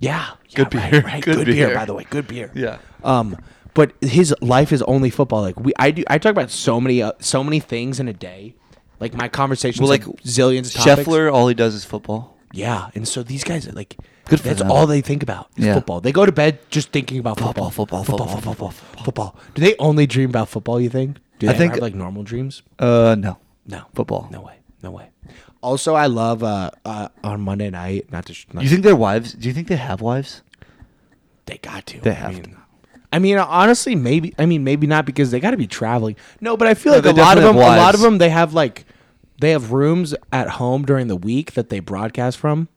Yeah, yeah,
Good
right,
beer.
right.
Good
Good, beer.
beer.
By the way, good beer.
Yeah.
Um, but his life is only football. Like we, I do. I talk about so many, uh, so many things in a day. Like my conversations,
Well,
like
like
zillions. of topics.
Scheffler, all he does is football.
Yeah, and so these guys are like,
Good for
that's
them.
all they think about is
Yeah.
football. They go to bed just thinking about football,
Football, football,
football,
football,
football, football, Do they only dream about football? You think? Do
I
they
think-
have like normal dreams?
Uh, no.
No
Football.
No way. No way. Also, I love uh, uh on Monday night. Not to. sh- Not
You think their wives? Do you think they have wives?
they got to?
They
I
have
mean,
to.
I mean, honestly, maybe. I mean, maybe not because they got to be traveling. No, but I feel
No,
like
they
a lot of them.
definitely have
A lot
wives.
of them. They have like, they have rooms at home during the week that they broadcast from.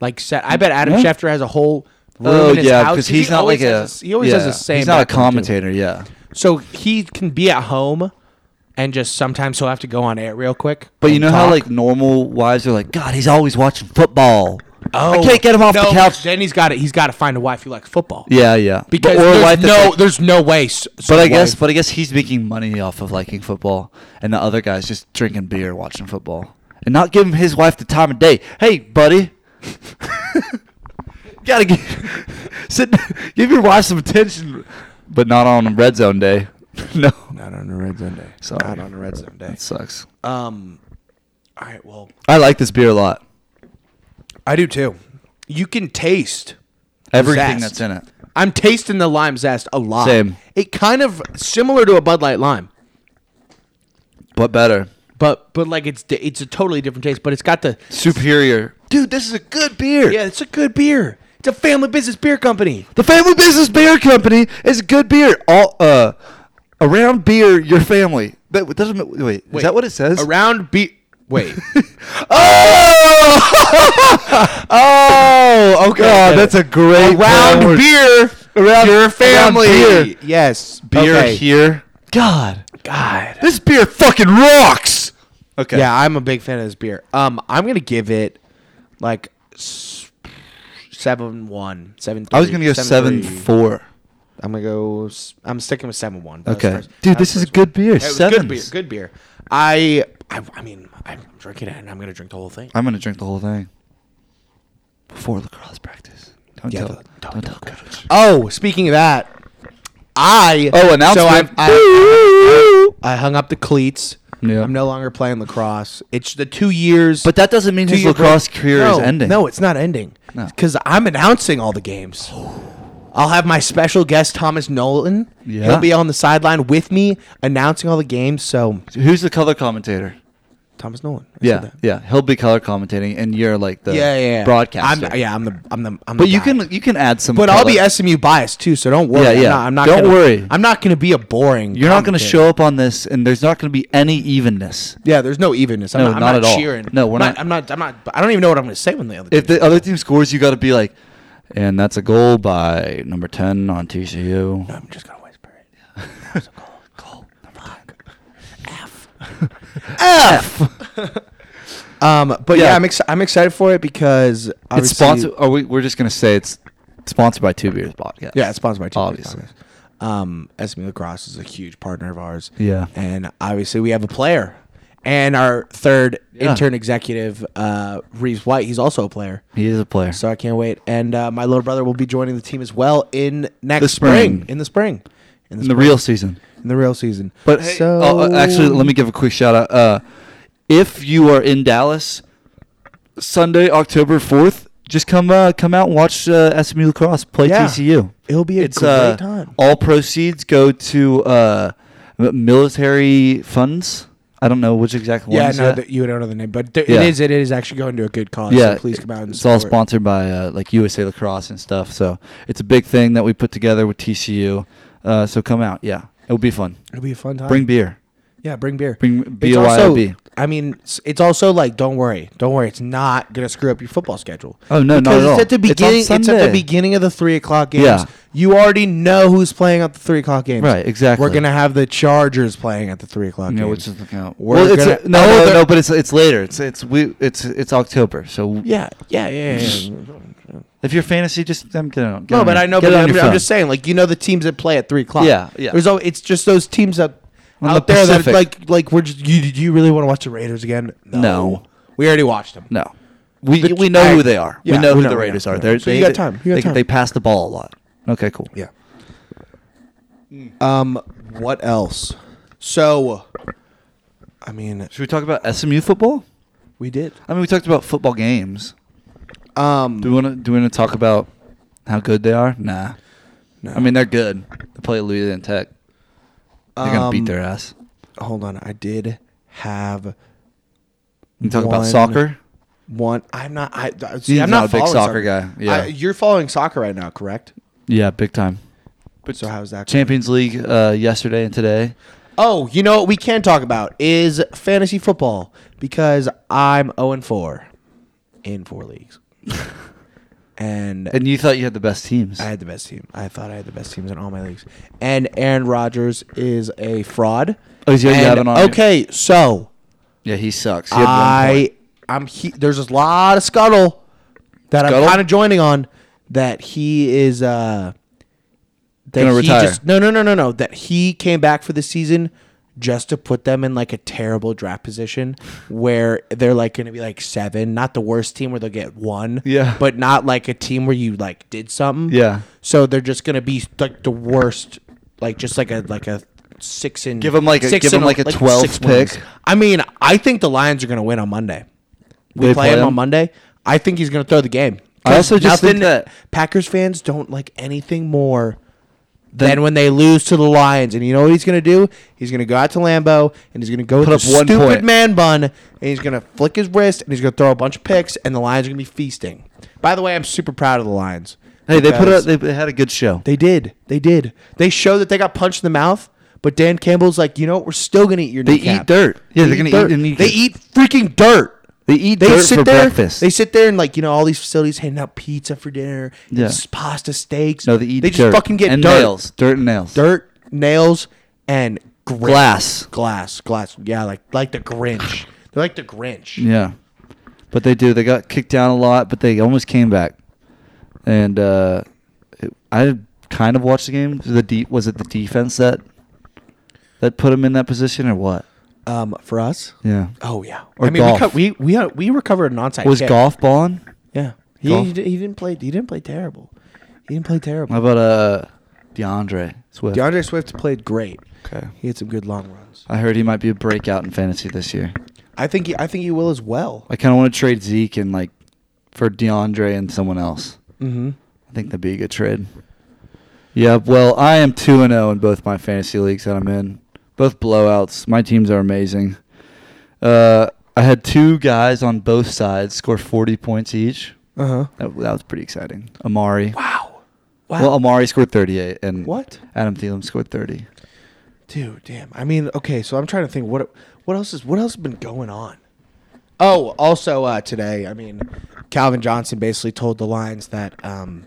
Like, set. I bet Adam
Yeah.
Schefter has a whole room
Oh
in his
yeah,
house
because he's
he
not like
always
a.
has he always
yeah,
has the same.
He's not a
background, too.
commentator. Yeah,
So he can be at home, and just sometimes he'll have to go on air real quick.
but you
and
know how
talk.
like normal wives are like, God, he's always watching football.
oh,
I can't get him off
no,
the couch.
Then he's got it. He's got to find a wife who likes football.
Yeah, yeah. But-
Because
or a
there's
wife that's
no,
like-
there's no way. s-
But
some
I guess,
wife-
but I guess he's making money off of liking football, and the other guy's just drinking beer, and watching football, and not giving his wife the time of day. Hey, buddy, gotta give sit, give your wife some attention, but not on red zone day. no,
not on a red zone day.
Sorry.
Not on a red zone day.
that sucks.
Um, all right. Well,
I like this beer a lot.
I do too. You can taste
Everything
zest.
that's in it.
I'm tasting the lime zest a lot.
Same.
It kind of similar to a Bud Light lime,
but better.
but but like it's di- it's a totally different taste. But it's got the
Superior. Dude, this is a good beer.
yeah. It's a good beer. It's a family business beer company.
The Family Business Beer Company is a good beer. All uh around beer your family. That doesn't wait, is that what it says?
Around be wait.
Oh! oh, okay.
good.
that's a great
Around beer,
Around
your family.
around beer.
Yes,
Beer
Okay.
here. God.
God.
This beer fucking rocks. Okay.
Yeah, I'm a big fan of this beer. Um, I'm gonna give it like s- seven one, seven.
I was going to go 7 4.
I'm gonna go. s- I'm sticking with seven one.
Okay. Dude, this is a good beer.
Good beer.
Sevens.
Good beer. I. I, I mean, I'm drinking it, and I'm gonna drink the whole thing.
I'm going to drink the whole thing before lacrosse practice. Don't
Yeah,
tell.
but-
Don't,
don't
tell
tell
coach.
Oh, speaking of that, I
Oh, announcement.
So I, I, I hung up the cleats.
Yeah.
I'm no longer playing lacrosse. It's the two years,
But that doesn't mean
two
his
year
lacrosse
break-
career
no,
is ending.
No, it's not ending.
No.
because I'm announcing all the games. I'll have my special guest Thomas Nolan.
Yeah.
he'll be on the sideline with me announcing all the games. So
Who's the color commentator?
Thomas Nolan. I
Yeah,
said that.
yeah. He'll be color commentating, and you're like the
yeah, yeah, yeah.
broadcaster.
I'm, yeah, I'm the, I'm the, I'm the
but you
guy.
can you can add some.
But I'll be
color.
SMU biased too, so don't worry.
Yeah, yeah.
I'm not, I'm not
Don't
gonna,
worry.
I'm not going to be a boring.
You're not going to
commentator.
show up on this, and there's not going to be any evenness.
Yeah, there's no evenness. I'm
No,
not, I'm
not
not,
at all.
cheering.
No, we're
I'm
not-
I'm not. I'm not. I don't even know what I'm going to say when the other.
If
team-
the other team scores, you got to be like, and that's a goal by number ten on TCU.
I'm just going to whisper it. That was a goal. Goal. Fuck. F. F. um, but yeah,
Yeah.
I'm exci- I'm excited for it because
It's
obviously-
sponsored. Are we? We're just going to say it's sponsored by Two Beers Podcast.
Yeah, it's sponsored by Two
Obviously.
Obviously. Um, SMU Lacrosse is a huge partner of ours.
Yeah.
And obviously, we have a player. And our third
Yeah.
intern executive, uh, Reeves White, he's also a player.
He is a player.
So I can't wait. And uh, my little brother will be joining the team as well in next
The spring.
spring. In the spring. In the,
in the real season.
in the real season.
But hey, oh, oh, actually, let me give a quick shout out. Uh, if you are in Dallas, Sunday, October fourth, just come uh, come out and watch uh, SMU lacrosse play
Yeah.
TCU.
It'll be a
it's,
great
uh,
time.
All proceeds go to uh, m- military funds. I don't know which exact one.
Yeah,
is
no,
that.
th- you don't know the name, but th-
Yeah.
it is it is actually going to a good cause.
yeah,
so please come out and
it's all
support.
sponsored by uh, like USA Lacrosse and stuff. So it's a big thing that we put together with TCU. Uh, so come out, yeah, it'll be fun.
It'll be a fun time.
Bring beer.
Yeah, bring beer.
Bring
It's
BYOB.
also- I mean, it's- it's also like, don't worry, don't worry. It's not gonna screw up your football schedule.
Oh, no, not
because
at
it's
all.
at
It's
the
on
beginning. It's, at the
Sunday.
beginning of the three o'clock games.
Yeah.
You already know who's playing at the three o'clock games.
Right, exactly.
We're gonna have the Chargers playing at the three o'clock.
No,
games.
which is no.
We're
Well, it's
gonna-
no,
Oh,
no,
they're-
no, but it's it's later. It's it's we it's it's October. So
Yeah, yeah, yeah. yeah, yeah.
if you're fantasy, just um, get it on. Get it
No,
on
but
your-
I know.
get
But
it on
I'm,
your
I'm
phone.
just saying, like you know, the teams that play at three o'clock.
Yeah, yeah.
There's al- it's just those teams that
On
out
the
there that
Pacific.
like like we're just. You, do you really want to watch the Raiders again?
No.
we already watched them.
No, we
The-
we know who
I-
they are.
yeah,
we know
we
who
know,
the
yeah,
Raiders are.
yeah.
They're,
So
they,
you got time. You got
they,
time.
they pass the ball a lot. Okay, cool.
Yeah. Um. What else? So, I mean,
Should we talk about SMU football?
we did.
I mean, we talked about football games.
Um.
Do we want to do we want to talk about how good they are? Nah.
no.
I mean, they're good. They play Louisiana Tech. They're gonna
Um,
beat their ass.
hold on. I did have
You talk about
one-
soccer.
one. I'm not. I, I see.
He's
I'm
not
not,
a big
following
soccer guy, yeah.
I- you're following soccer right now, correct?
Yeah, big time.
But so how's that? going?
Champions League uh, yesterday and today.
Oh, you know what we can talk about is fantasy football because I'm 0 and 4 in four leagues. and
And you thought you had the best teams.
I had the best team. I thought I had the best teams in all my leagues. And Aaron Rodgers is a fraud.
Oh, he's- yeah, you
And-
have it on you.
Okay, so
yeah, he sucks. He had one
I
point.
I'm he, there's a lot of scuttle that
Scuttle?
I'm kind of joining on that he is uh that
Gonna
he
retire.
just no no no no no that he came back for the season just to put them in like a terrible draft position where they're like going to be like 7 not the worst team where they'll get 1
Yeah.
but not like a team where you like did something
Yeah.
so they're just going to be like the worst like just like a like a 6 and
Give 'em, like, a-
six
give 'em,
and
like, a
six
12
wins.
pick.
I mean, I think the Lions are going to win on Monday. We
They
play,
play
him
them?
on Monday. I think he's going to throw the game.
I also just think that-
Packers fans don't like anything more than when they lose to the Lions. And you know what he's going to do? He's going to go out to Lambeau and he's going to go with
Put
the
up one
stupid
point.
man bun and he's going to flick his wrist and he's going to throw a bunch of picks and the Lions are going to be feasting. By the way, I'm super proud of the Lions.
Hey, they put out.
because-
They, they had a good show.
they did. They did. They showed that they got punched in the mouth, but Dan Campbell's like, you know what? We're still gonna eat your.
They
kneecap."
eat dirt. Yeah, they're gonna eat
dirt.
your kneecap.
They eat freaking dirt.
They eat
They
dirt
sit
for
there.
breakfast.
They sit there and like you know all these facilities handing out pizza for dinner,
Yeah.
yeah. pasta, steaks.
no, they eat
They
dirt
just fucking get
and
dirt,
nails, dirt and nails,
dirt, nails, and grit.
glass.
glass, glass. Yeah, like like the Grinch. They're like the Grinch.
Yeah, but they do. They got kicked down a lot, but they almost came back. And uh, it, I kind of watched the game. The de- was it the defense that that put them in that position, or what?
Um, for us.
Yeah.
Oh yeah.
Or
I mean,
golf.
we co- we we we recovered an onside.
was
kick.
golf balling?
Yeah, he,
Golf.
he, di- he didn't play. He didn't play terrible. He didn't play terrible.
How about uh, DeAndre Swift?
DeAndre Swift played great.
Okay.
He had some good long runs.
I heard he might be a breakout in fantasy this year.
I think he, I think he will as well.
I kind of want to trade Zeke and like for DeAndre and someone else.
Mm-hmm.
I think that'd be a good trade. Yeah, well, I am 2 and 0 in both my fantasy leagues that I'm in. Both blowouts. My teams are amazing. Uh, I had two guys on both sides score 40 points each.
Uh huh.
That, that was pretty exciting. Amari.
Wow. Wow.
Well, um, Amari scored 38 and
What?
Adam Thielen scored 30.
Dude, damn. I mean, okay. So I'm trying to think what what else is what else has been going on. Oh, also uh, today, I mean, Calvin Johnson basically told the Lions that um,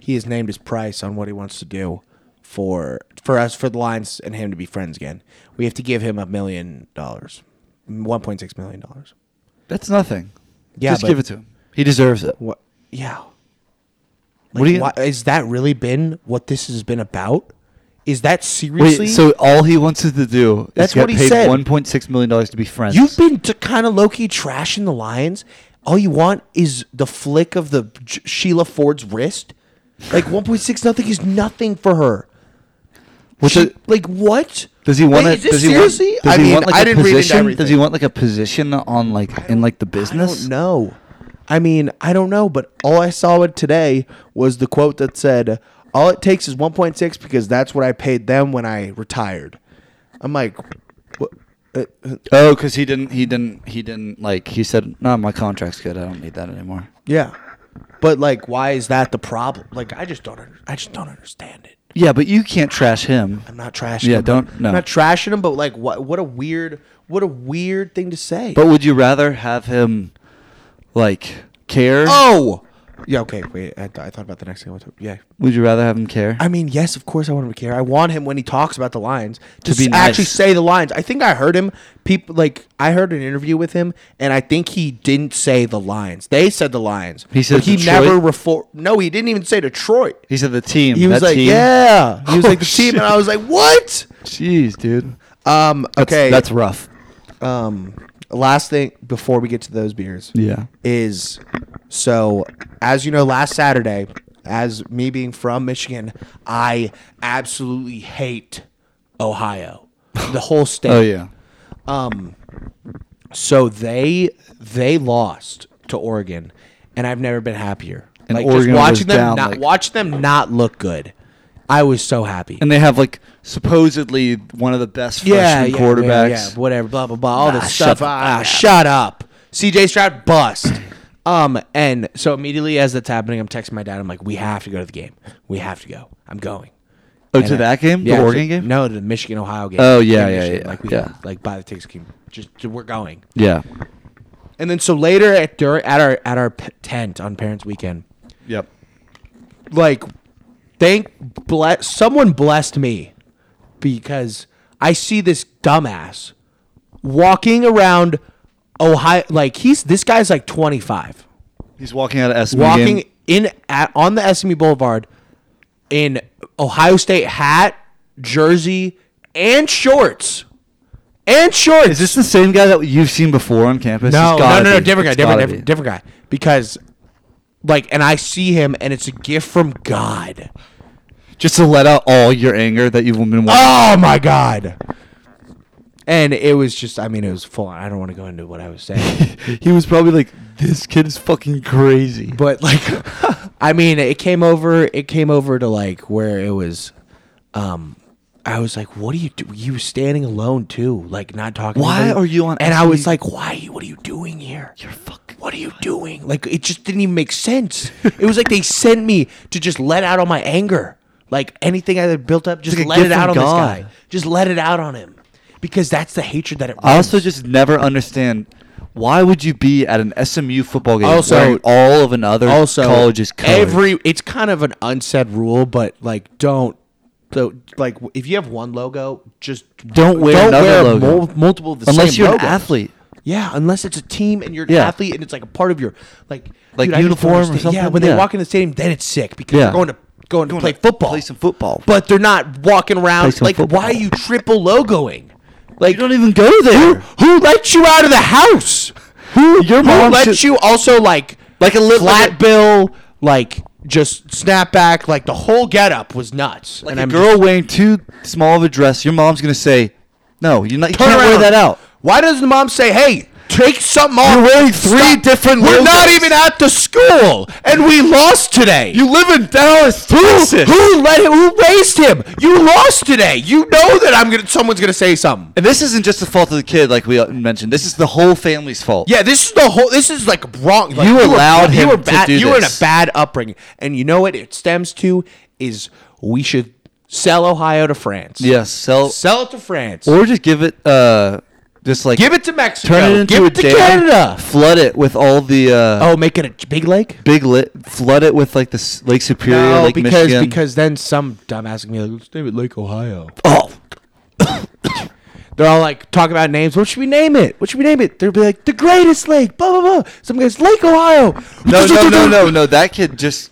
he has named his price on what he wants to do for for us for the Lions and him to be friends again. We have to give him a million dollars, one point six million dollars.
That's nothing.
Yeah,
Just
but-
give it to him. He deserves it.
What? Yeah.
What do you-
why, is that really been what this has been about? Is that
Wait,
seriously?
so all he wants to do
That's
is get
what he
paid
said.
$1.6 million to be friends.
You've been to kind of low key trashing the Lions. All you want is the flick of the J- Sheila Ford's wrist. Like 1.6 nothing is nothing for her.
What's
She-
it-
like what?
Does he want
Wait,
to?
is this
Does he want?
seriously?
Does
I
he
mean,
want like
I
a
didn't read into
position? Does he
everything.
want like a position on like in like the business?
I don't know. I mean, I don't know, but all I saw it today was the quote that said, "All it takes is 1.6 because that's what I paid them when I retired." I'm like, what? Uh, uh,
Oh, because he didn't. He didn't. He didn't like. He said, "No, my contract's good. I don't need that anymore."
yeah, but like, why is that the problem? Like, I just don't, under- I just don't understand it.
Yeah, but you can't trash him.
I'm not trashing.
Yeah,
him.
don't-
I'm
no.
not trashing him, but like, what? What a weird, what a weird thing to say.
But would you rather have him like care?
oh, yeah. Okay, wait. I, th- I thought about the next thing. I want to, yeah.
Would you rather have him care?
I mean, yes, of course I want him to care. I want him when he talks about the lines to,
be
s- actually
nice.
say the lines. I think I heard him. People like I heard an interview with him, and I think he didn't say the lines. They said the lines.
He said
but he
Detroit?
never refor. No, he didn't even say Detroit.
he said the team.
He was
that
like,
team.
yeah. He was
Oh,
like the team, and I was like, what?
Jeez, dude.
Um.
That's,
Okay.
That's rough.
um last thing before we get to those beers
Yeah.
is so as you know last saturday as me being from michigan i absolutely hate ohio the whole state
Oh yeah.
so they they lost to oregon and i've never been happier
And
like
Oregon
just
was
watching them
down,
not
like-
watch them not look good i was so happy
And they have like supposedly one of the best freshman quarterbacks.
Yeah, yeah, whatever, blah blah blah, all
Nah,
this
shut
stuff.
the
ah,
fuck up.
shut up. CJ Stroud bust. um, and so immediately as that's happening, I'm texting my dad. I'm like, we have to go to the game. We have to go. I'm going.
Oh,
And
to
I-
that game,
Yeah,
the Oregon
to-
game.
No, to the Michigan Ohio game.
Oh, yeah,
In
yeah,
Michigan.
yeah,
Like we
yeah.
like buy the tickets. Can just we're going.
Yeah.
And then so later at during at our at our p- tent on Parents Weekend,
Yep.
like thank bless someone blessed me because I see this dumbass walking around Ohio like he's this guy's like 25
He's walking out of SMU
walking
game.
in at, on the SME Boulevard in Ohio State hat, jersey and shorts. And shorts.
Is this the same guy that you've seen before on campus?
No,
It's
no,
gotta
no, no,
be.
different guy,
It's
different,
gotta
different,
be.
different guy. Because, like, and I see him, and it's a gift from God.
Just to let out all your anger that you've been. Watching.
Oh my God! And it was just, I mean, it was full. on. I don't want to go into what I was saying,
he was probably like, "This kid is fucking crazy."
but like, I mean, it came over. It came over to like where it was. Um, I was like, "What are you do? You were standing alone too, like not talking. to
Why
anybody.
are you on
And I
SB?
was like, "Why? What are you doing here? You're fucking. What are you doing? Like, it just didn't even make sense. it was like they sent me to just let out all my anger, like anything I had built up, just
like a
let
gift
it out on
from
this
God.
guy. Just let it out on him, because that's the hatred that it.
I also
brings.
just never understand why would you be at an SMU football game
Also-
when all of another
also
college's colors?
every it's kind of an unsaid rule, but like don't so like w- if you have one logo, just
Don't wear another logo.
mul- multiple of the
unless
same
you're an
logos.
athlete.
Yeah, unless it's a team and you're an
Yeah.
athlete and it's like a part of your like
Like
I just don't
uniform or
understand. Yeah,
something?
when they
Yeah.
walk in the stadium, then it's sick because
Yeah.
they're going to going to
Going
play
to
football,
play some football.
but they're not walking
Play
around
some
like
football.
why are you triple logoing? Like
You don't even go there.
who let you out of the house?
Who your
Who
mom
let
should-
you also like
Like a little-
flat
like a-
bill, like just snapback, like the whole getup was nuts.
Like a girl wearing too small of a dress, your mom's gonna say, "No, you're not, you
just-
can't wear that out."
Why does the mom say, "Hey, take something off"?
You're wearing three different
We're not
logos."
even at the school, and we lost today.
live in Dallas,
who, who let him, who raised him? You lost today. You know that I'm gonna someone's gonna say something.
And this isn't just the fault of the kid, like we uh, mentioned. This is the whole family's fault.
Yeah, this is the whole. This is like wrong. Like,
You
were-
allowed
you
him
were
to
bad,
do
You were in a
this.
bad upbringing, and you know what it stems to is we should sell Ohio to France.
Yes. Sell
sell it to France.
or just give it, uh, just like
give it to Mexico.
turn it into
give
a
it to
dam,
Canada.
Flood it with all the uh,
Oh, make it a big lake.
big lit. Flood it with like the s- Lake Superior,
No,
Lake
because
Michigan.
because then some dumbass can be like, let's name it Lake Ohio.
oh,
They're all like talking about names. What should we name it? What should we name it? They'll be like the greatest lake. Blah blah blah. Some guys Lake Ohio.
no, no, no, no, no. That kid just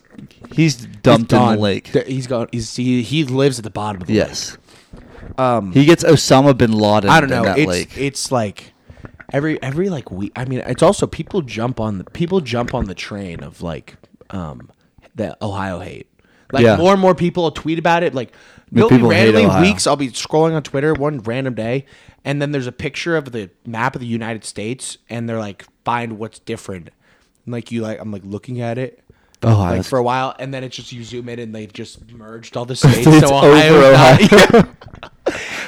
he's dumped in
Gone.
the lake.
Th- He's gone. He's, he he lives at the bottom of the lake.
Yes. Um, he gets Osama bin Laden.
I don't know.
In that
It's
lake.
it's like every every like week. I mean, it's also people jump on the people jump on the train of like um the Ohio hate. Like
Yeah.
more and more people will tweet about it. Like
The
there'll be
people hate
randomly
Ohio.
weeks I'll be scrolling on Twitter one random day, and then there's a picture of the map of the United States, and they're like, find what's different. And like you like I'm like looking at it.
Ohio.
Like
Oh, that's-
for a while, and then it's just you zoom in, and they've just merged all the states.
It's
so Ohio,
over
is not-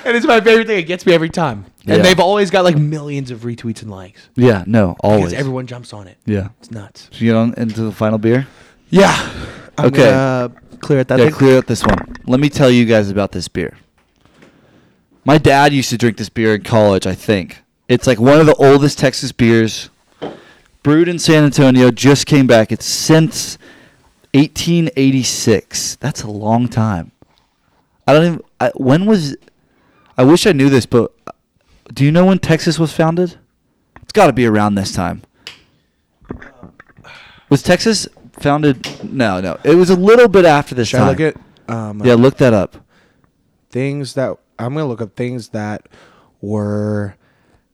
and it's my favorite thing. It gets me every time.
Yeah.
And they've always got like millions of retweets and likes
yeah. No.
because
Always.
everyone jumps on it.
yeah.
It's nuts.
Should we get on into the final beer?
Yeah.
Okay.
gonna clear at that.
Yeah,
thing?
clear out this one. Let me tell you guys about this beer. My dad used to drink this beer in college, I think. It's like one of the oldest Texas beers. Brewed in San Antonio, just came back. It's since 1886. That's a long time. I don't even. I, when was. I wish I knew this, but uh, do you know when Texas was founded? It's got to be around this time. Was Texas founded? No, no. It was a little bit after this
Should
time.
I look at um,
Yeah, look that up.
things that I'm gonna look up things that were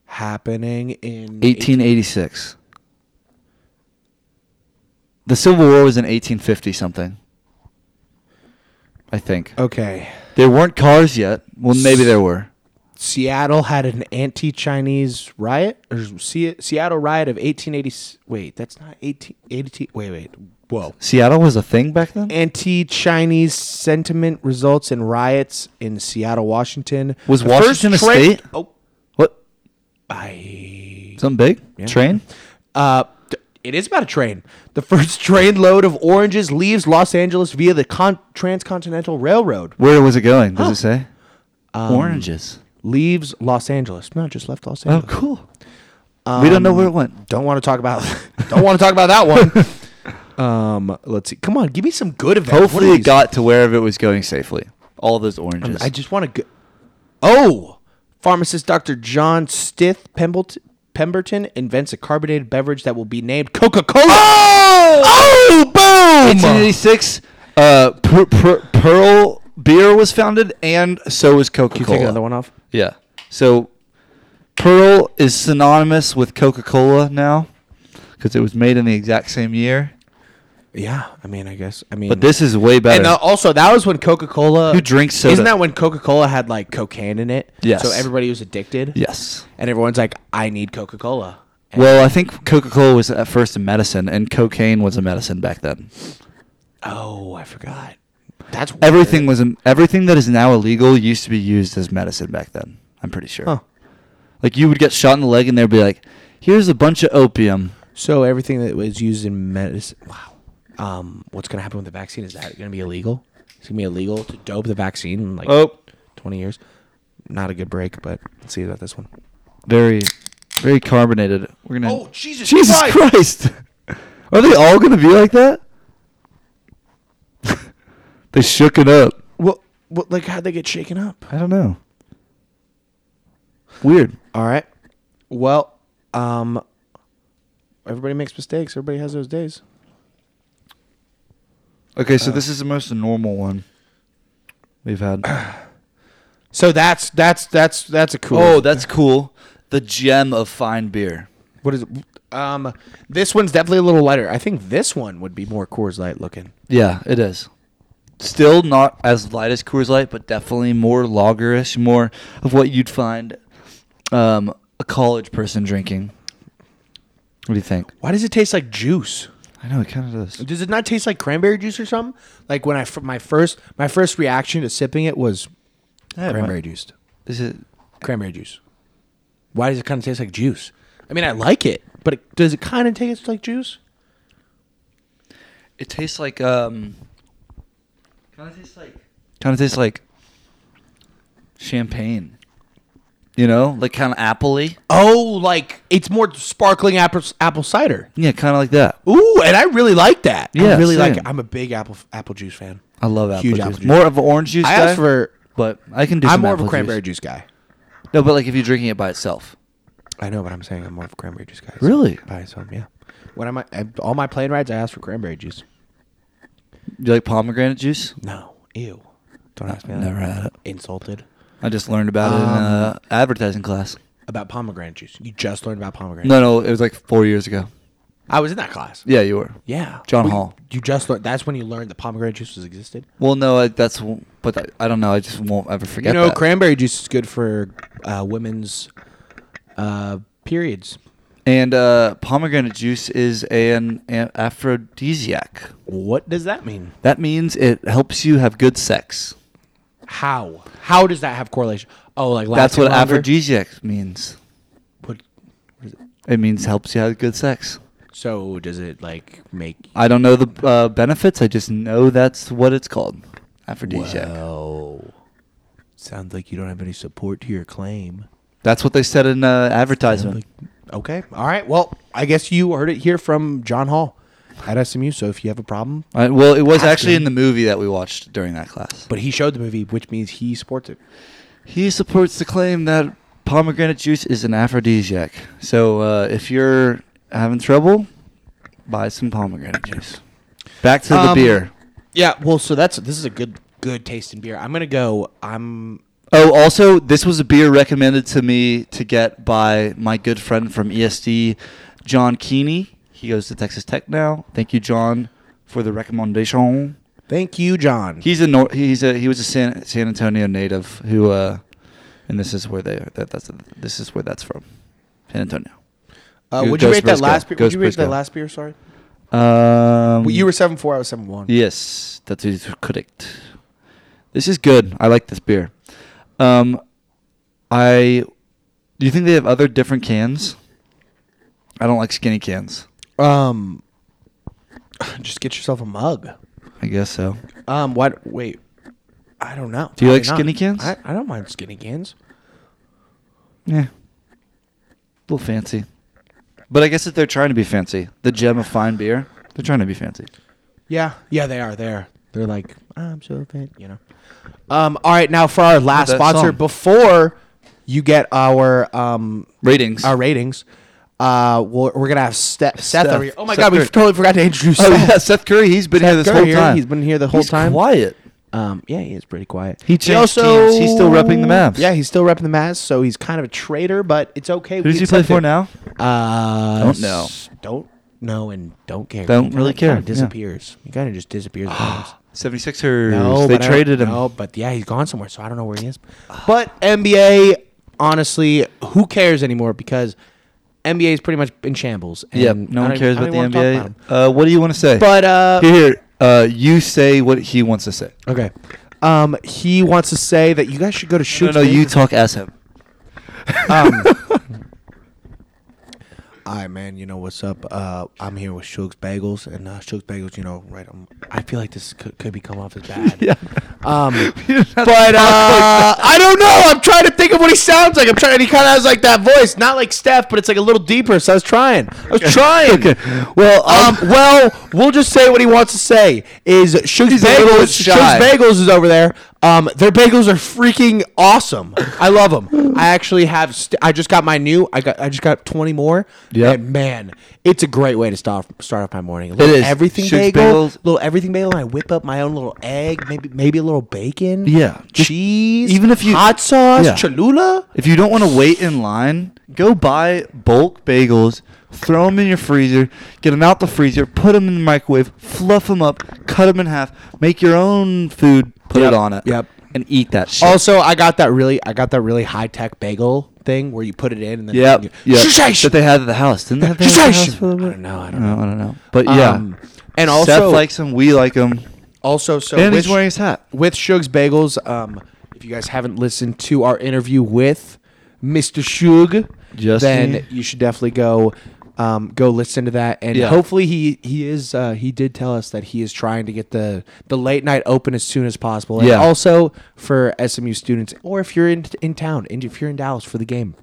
happening in
1886. The Civil War was in 1850 something. I think.
Oh. Okay,
There weren't cars yet. Well, maybe there were.
Seattle had an anti-Chinese riot or Se- Seattle riot of 1880. Wait, that's not 1880. Wait, wait, whoa.
Seattle was a thing back then?
Anti-Chinese sentiment results in riots in Seattle, Washington.
Was
The first
Washington a
train-
state?
Oh,
What?
I
Something big? Train?
Uh, th- it is about a train. The first train load of oranges leaves Los Angeles via the con- Transcontinental Railroad.
Where was it going?
Oh.
Does it say?
Um,
Oranges.
Leaves Los Angeles. No, just left Los
Oh,
Angeles.
cool. we don't know where it went.
Don't want to talk about. Um, don't want to talk about that one. um, let's see. Come on, give me some good events. What are
Hopefully it
these? Um,
got to wherever it was going safely. All those oranges.
I just want to go. Oh, pharmacist Dr. John Stith Pemberton, Pemberton invents a carbonated beverage that will be named Coca-Cola. Oh, boom!
1886, uh, per, per, Pearl Beer was founded, and so was Coca
you
Cola.
take another one off.
Yeah. So Pearl is synonymous with Coca Cola now because it was made in the exact same year.
Yeah, I mean, I guess. I mean,
But this is way better.
and uh, also that was when Coca Cola.
Who drinks soda?
Isn't that when Coca Cola had like cocaine in it?
Yes.
So everybody was addicted.
yes.
And everyone's like, I need Coca Cola.
Well, I think Coca Cola was at first a medicine, and cocaine was a medicine back then.
Oh, I forgot. That's weird.
Everything was everything that is now illegal used to be used as medicine back then. I'm pretty sure.
Huh.
Like you would get shot in the leg, and they'd be like, "Here's a bunch of opium."
So everything that was used in medicine. Wow. Um, what's gonna happen with the vaccine? Is that gonna be illegal? It's gonna be illegal to dope the vaccine in like
Oh.
twenty years. Not a good break, but let's see about this one.
Very, very carbonated. We're gonna.
Oh, Jesus
Jesus Christ! Are they all gonna be like that? they shook it up.
Well, well, like how'd they get shaken up?
I don't know. Weird.
All right. Well, um, everybody makes mistakes. Everybody has those days.
Okay, so this is the most normal one we've had.
So that's that's that's that's a cool.
oh, that's cool. The gem of fine beer.
what is? Um, this one's definitely a little lighter. I think this one would be more Coors Light looking.
Yeah, it is. Still not as light as Coors Light, but definitely more lagerish, more of what you'd find um, a college person drinking. What do you think?
Why does it taste like juice?
I know it kind of does.
Does it not taste like cranberry juice or something? Like when I fir- my first my first reaction to sipping it was cranberry juice.
Is it?
Cranberry juice. Why does it kind of taste like juice? I mean, I like it, but it, does it kind of taste like juice?
It tastes like um. Kind of tastes like. Kind of tastes like. Champagne. You know, like kind of appley.
Oh, like it's more sparkling apple apple cider.
Yeah, kind of like that.
Ooh, and I really like that. I
Yeah,
really like
same.
it. I'm a big apple apple juice fan.
I love apple,
Huge
juice.
apple juice.
More of an orange juice
I
guy,
asked for.
but I can do.
I'm
some
more of a
apple
cranberry juice. guy.
No, but like if you're drinking it by itself.
I know, but I'm saying I'm more of a cranberry juice guy.
Really?
By itself, yeah. When I'm I, all my plane rides, I ask for cranberry juice.
You like pomegranate juice?
No, ew. Don't ask me. that.
Never had it.
Insulted
I just learned about it in
Um,
uh, advertising class.
about pomegranate juice. You just learned about pomegranate.
No, no, it was like four years ago.
I was in that class.
Yeah, you were.
Yeah,
John
Well,
Hall.
You just learned. That's when you learned that pomegranate juice was existed.
Well, no, I, that's but that, I don't know. I just won't ever forget.
You know,
that.
cranberry juice is good for uh, women's uh, periods.
and uh, pomegranate juice is an, an aphrodisiac.
What does that mean?
That means it helps you have good sex.
How? How does that have correlation? Oh, like
That's
lasting
what
longer?
aphrodisiac means.
What- what is it?
It means helps you have good sex.
So does it like make
I don't know the uh, benefits. I just know that's what it's called. Aphrodisiac.
Wow. Sounds like you don't have any support to your claim.
That's what they said in uh, advertisement.
Okay. All right. Well, I guess you heard it here from John Hall at SMU. So if you have a problem,
Uh, well, it was actually in the movie that we watched during that class.
but he showed the movie, which means he supports it.
He supports the claim that pomegranate juice is an aphrodisiac. So uh, if you're having trouble, buy some pomegranate juice. Back to the
Um,
beer.
Yeah. Well, so that's this is a good good taste in beer. I'm gonna go. I'm
Oh, also, this was a beer recommended to me to get by my good friend from ESD, John Keeney. He goes to Texas Tech now. Thank you, John, for the recommendation.
thank you, John.
He's a nor- he's a he was a San, San Antonio native who, uh, and this is where they that, that's this is where that's from, San Antonio.
uh,
Go-
would you
Ghost
rate that
Briscoe.
last beer? Would
Ghost
you rate that
Briscoe.
last beer? Sorry.
Um,
Well, you were seven four. I was seven one.
Yes, that is correct. This is good. I like this beer. Um, I do you think they have other different cans? I don't like skinny cans.
Um, just get yourself a mug.
I guess so.
Um, what? Wait, I don't know.
Do you like skinny
Probably not.
cans?
I, I don't mind skinny cans.
Yeah, a little fancy. But I guess that they're trying to be fancy. The gem of fine beer. They're trying to be fancy.
Yeah, yeah, they are. They are. They're like, "Ah, I'm so fit, you know. Um, all right, now for our last
that
sponsor,
song.
before you get our um
Ratings.
our ratings, uh, we're, we're gonna have Ste- Seth, over here. Oh my
Seth
god, we
Curry.
totally forgot to introduce.
Oh
Seth.
yeah, Seth Curry. He's been
Seth
here this
Curry
whole
here,
time.
he's been here the whole
He's
time.
Quiet.
Um, yeah, he is pretty quiet.
He changed teams. He's still repping the Mavs.
Yeah, he's still repping the Mavs, so he's kind of a traitor, but it's okay.
Who does he play for now?
Uh,
Don't know.
s- Don't know and don't care.
Don't
He
really
kinda- kinda
care, yeah.
disappears. He kind of just disappears. at times.
76ers.
No,
they
but I don't-
traded him.
No, but yeah, he's gone somewhere, so I don't know where he is. But NBA, honestly, who cares anymore? Because NBA is pretty much in shambles. and
Yep,
I
no one
don't-
cares
I don't
about the
even wanna talk
NBA.
about
uh,
'em.
what do you want to say?
But uh,
here, here, uh, you say what he wants to say.
okay, um, he wants to say that you Um, guys should go to shoot.
No, no, you talk as him.
All right, man. You know what's up? Uh, I'm here with Shug's Bagels, and uh, Shug's Bagels. You know, right? Um, I feel like this could, could be come off as bad. Um, but uh, I don't know. I'm trying to think of what he sounds like. I'm trying. He kind of has like that voice, not like Steph, but it's like a little deeper. So I was trying. I was trying.
Well,
Um,
um,
well, we'll just say what he wants to say. Is Shug's
He's a little
Bagels? Shug's
shy.
Bagels is over there. Um, their bagels are freaking awesome. I love them. I actually have. St- I just got my new. I got. I just got twenty more.
Yep.
And man, it's a great way to start start off my morning. A
It
little
is.
everything
Shug's
bagel.
Bagels.
Little everything bagel. And I whip up my own little egg. Maybe maybe a little bacon.
Yeah. Just-
Cheese.
even if you-
hot sauce.
Yeah.
Cholula.
if you don't want to wait in line, go buy bulk bagels, throw them in your freezer, get them out the freezer, put them in the microwave, fluff them up, cut them in half, make your own food, put
Yep,
it on it,
yep.
and eat that shit.
Also, I got that really. I got that really high tech bagel thing where you put it in and then
yep, yep.
Shush!
That they had at the house, didn't they? Have that at the house
Sensation.
for a bit?
know. I
I don't know. I don't know. But yeah,
Um, and
Seth
also-
likes him. We like him.
Also, so
and
with,
he's wearing his hat.
with Shug's Bagels, um, if you guys haven't listened to our interview with Mr. Shug,
Just
then
me.
you should definitely go. Um, go listen to that, and
Yeah.
hopefully he he is uh, he did tell us that he is trying to get the the late night open as soon as possible, and
Yeah.
also for SMU students, or if you're in in town, and if you're in Dallas for the game,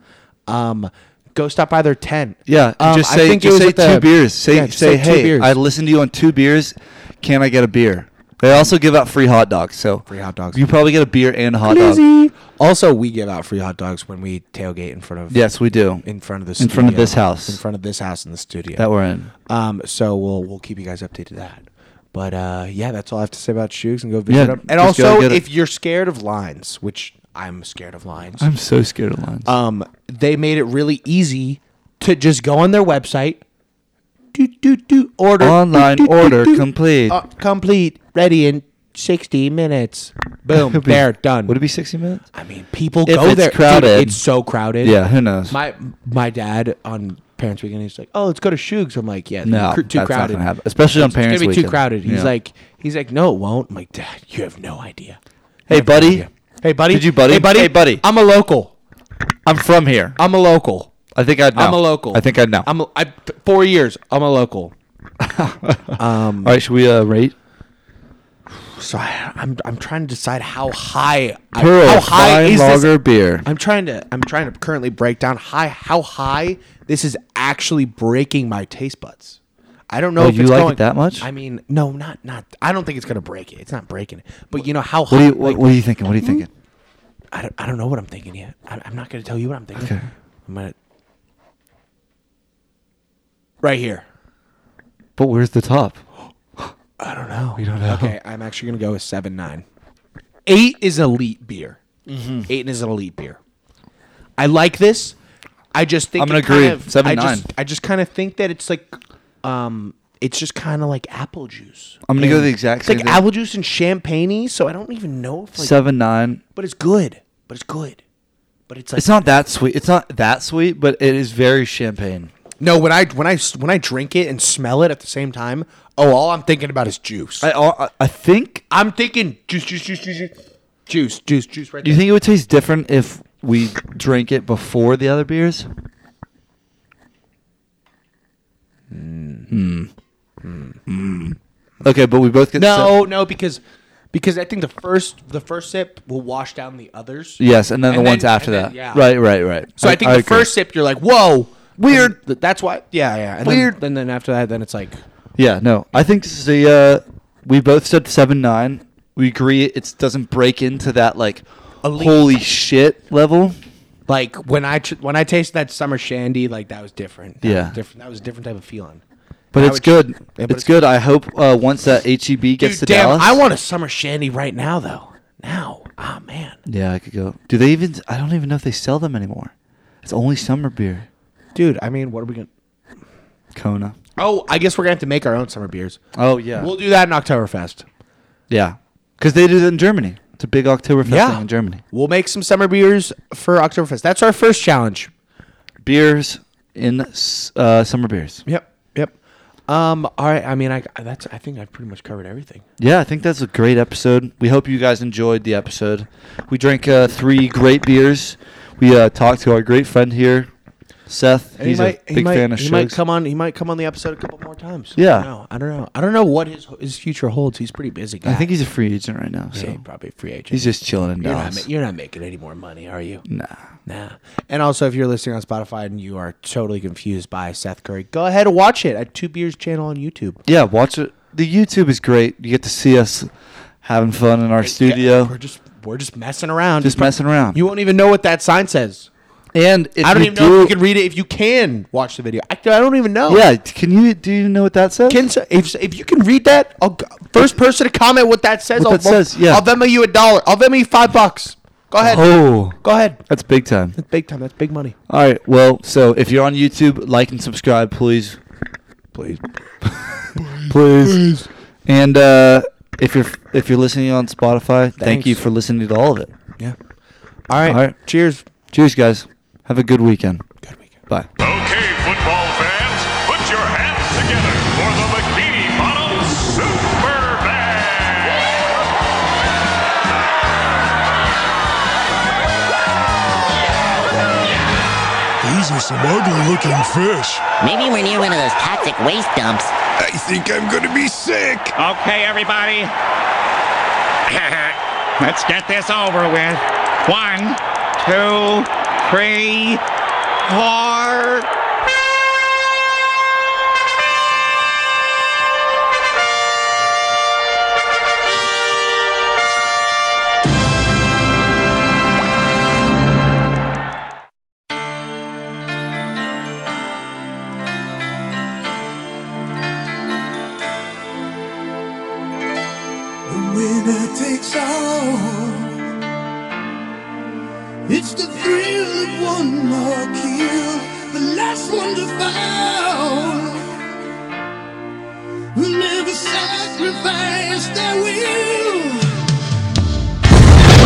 um, go stop by their tent.
Yeah,
Um,
just
I
say,
think it
just
was
say
at the-
two beers. Say,
yeah, just
say,
two
hey,
beers."
I listened to you on two beers. Can I get a beer? They also give out free hot dogs. So free
hot dogs.
You probably get a beer and a hot dog.
Lizzie. Also, we give out free hot dogs when we tailgate in front of
Yes, we do.
in front of the
In front of
studio.
this house.
in front of this house in the studio.
that we're in.
um, so we'll we'll keep you guys updated to that. But uh, yeah, that's all I have to say about shoes and go visit
Yeah,
them. And
just go
also,
get it.
if you're scared of lines, which I'm scared of lines,
I'm so scared of lines.
um, they made it really easy to just go on their website, do do do order
Online
do, do, do,
order
do,
complete.
uh, complete ready in 60 minutes. Boom,
Could be-
there, done.
Would it be 60 minutes?
I mean, people
If
go
it's
there. Dude,
crowded.
it's so crowded.
Yeah, who knows?
My my dad on parents weekend, he's like, "Oh, let's go to Shug's." I'm like, "Yeah,
no,
cr- too
that's not
crowded.
gonna happen. Especially on
it's
parents'
gonna be too
weekend.
crowded." He's
Yeah.
like, "He's like, no, it won't." I'm like, "Dad, you have no idea."
hey, buddy,
Yeah. Hey, buddy.
Did you, buddy?
Hey, buddy.
Hey, buddy.
I'm a local.
I'm from here.
I'm a local.
I think I'd know.
I'm a local.
I think I'd know.
I'm a, I, four years. I'm a local.
All right, should we uh, rate?
So I, I'm I'm trying to decide how high I-
Pearl,
how high
fine
is
lager
this?
beer.
I'm trying to I'm trying to currently break down high how high this is actually breaking my taste buds. I don't know
Oh,
if
you
it's
like it
going-
that much?
I mean, no, not not. I don't think it's gonna break it. It's not breaking it. But you know how
What
high?
are you what,
like,
what are you thinking? What are you
hmm?
thinking?
I, don't, I don't know what I'm thinking yet. I, I'm not gonna tell you what I'm thinking.
Okay.
I'm gonna right here.
But where's the top?
I don't know. We
don't know.
Okay, I'm actually gonna go with seven nine. Eight is elite beer.
Mm-hmm.
Eight is an elite beer. I like this. I just think
I'm gonna
it kind
agree.
of-
Seven,
I
nine.
Just, I just kind of think that it's like, um, it's just kind of like apple juice.
I'm gonna go
And
the exact
it's
same
like
thing.
apple juice and champagne. So I don't even know if like,
Seven nine.
but it's good. But it's good. But it's like
It's not that sweet. It's not that sweet, but it is very champagne.
no. When I when I when I drink it and smell it at the same time, oh, all I'm thinking about is juice.
I I, I think.
I'm thinking juice, juice, juice, juice, juice, juice, juice, juice right
Do you think it would taste different if we drank it before the other beers? Hmm. Okay, but we both get
No,
se-
no, because because I think the first the first sip will wash down the others.
yes, and then the
And
ones
then-
after
and
that.
then- yeah.
Right, right, right.
So I, think the
agree.
first sip you're like, whoa, weird. that's why. Yeah, yeah. And
Weird.
Then, and then after that, then it's like
Yeah, no, I think this is the uh, we both said seven nine. We agree it doesn't break into that like
Elite.
holy shit level.
like when I tr- when I tasted that summer shandy, like that was different. That
Yeah.
was different. That was a different type of feeling.
But
I
it's
would-
good.
Yeah, but
it's good. I hope uh, once that HEB gets
Dude,
to
damn,
Dallas.
I want a summer shandy right now though. Now, ah man,
Yeah, I could go. Do they even? I don't even know if they sell them anymore. It's only summer beer.
dude. I mean, what are we gonna?
Kona.
Oh, I guess we're gonna have to make our own summer beers.
Oh yeah.
We'll do that in Oktoberfest.
yeah. Because they did it in Germany. It's a big Oktoberfest
Yeah,
thing in Germany.
We'll make some summer beers for Oktoberfest. That's our first challenge.
Beers in s- uh, summer beers.
Yep. Yep. Um, all right. I mean, I that's I think I've pretty much covered everything.
Yeah, I think that's a great episode. We hope you guys enjoyed the episode. We drank uh, three great beers. We uh, talked to our great friend here, Seth. He's a big fan of
he might
shows.
come on. He might come on the episode a couple more times.
Yeah.
I don't know. I don't know, I don't know what his his future holds. He's a pretty busy. Guy.
I think he's a free agent right now. So
Yeah, he's probably a free agent.
he's just chilling in
You're not,
Dallas.
ma- you're not making any more money, are you?
nah.
Nah. And also, if you're listening on Spotify and you are totally confused by Seth Curry, go ahead and watch it at Two Beers Channel on YouTube.
Yeah, watch it. The YouTube is great. You get to see us having fun in our studio,
We're just we're just messing around.
just messing around.
You won't even know what that sign says.
and if
I don't
you
even know if you can read it. If you can watch the video, I, I don't even know.
Yeah, can you do you know what that says?
Can, so- if, if you can read that, I'll, go- first person to comment what that says,
What
I'll,
that says, yeah.
I'll Venmo you a dollar. I'll Venmo you five bucks. Go ahead.
oh,
Go ahead.
that's big time.
Big time. That's big money.
All right, well, so if you're on YouTube, like and subscribe, please,
Please.
please. And uh, if you're if you're listening on Spotify, thank
Thanks.
you for listening to all of it.
Yeah. All right.
All right.
Cheers.
Cheers, guys. Have a good weekend.
Good weekend.
Bye.
Okay, football fans, put your hands together for the Bikini Bottom Super Band.
These are some ugly looking fish.
Maybe we're near one of those toxic waste dumps.
I think I'm gonna be sick.
Okay, everybody. Let's get this over with. One, two, three, four.
The winner takes all. It's the thrill of one more kill, the last one to fall. Who never sacrifice their will. I'm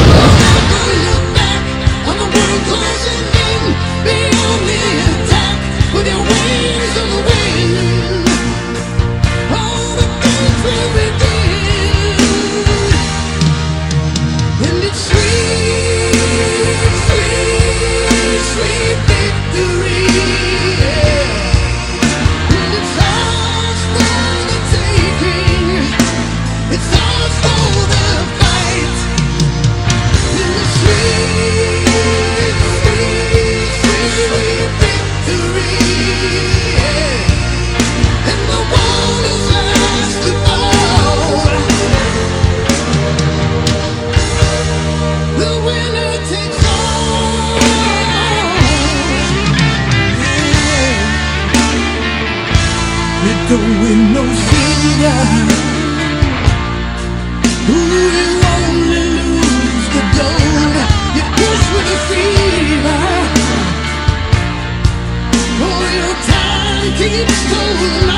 gonna look back on the world closing in beyond the attack with your wings of the wind. All the things will begin. And it's sweet, sweet, sweet victory.
the windows down. Ooh, you only lose the gold you push with a fever. Oh, your time keeps going on.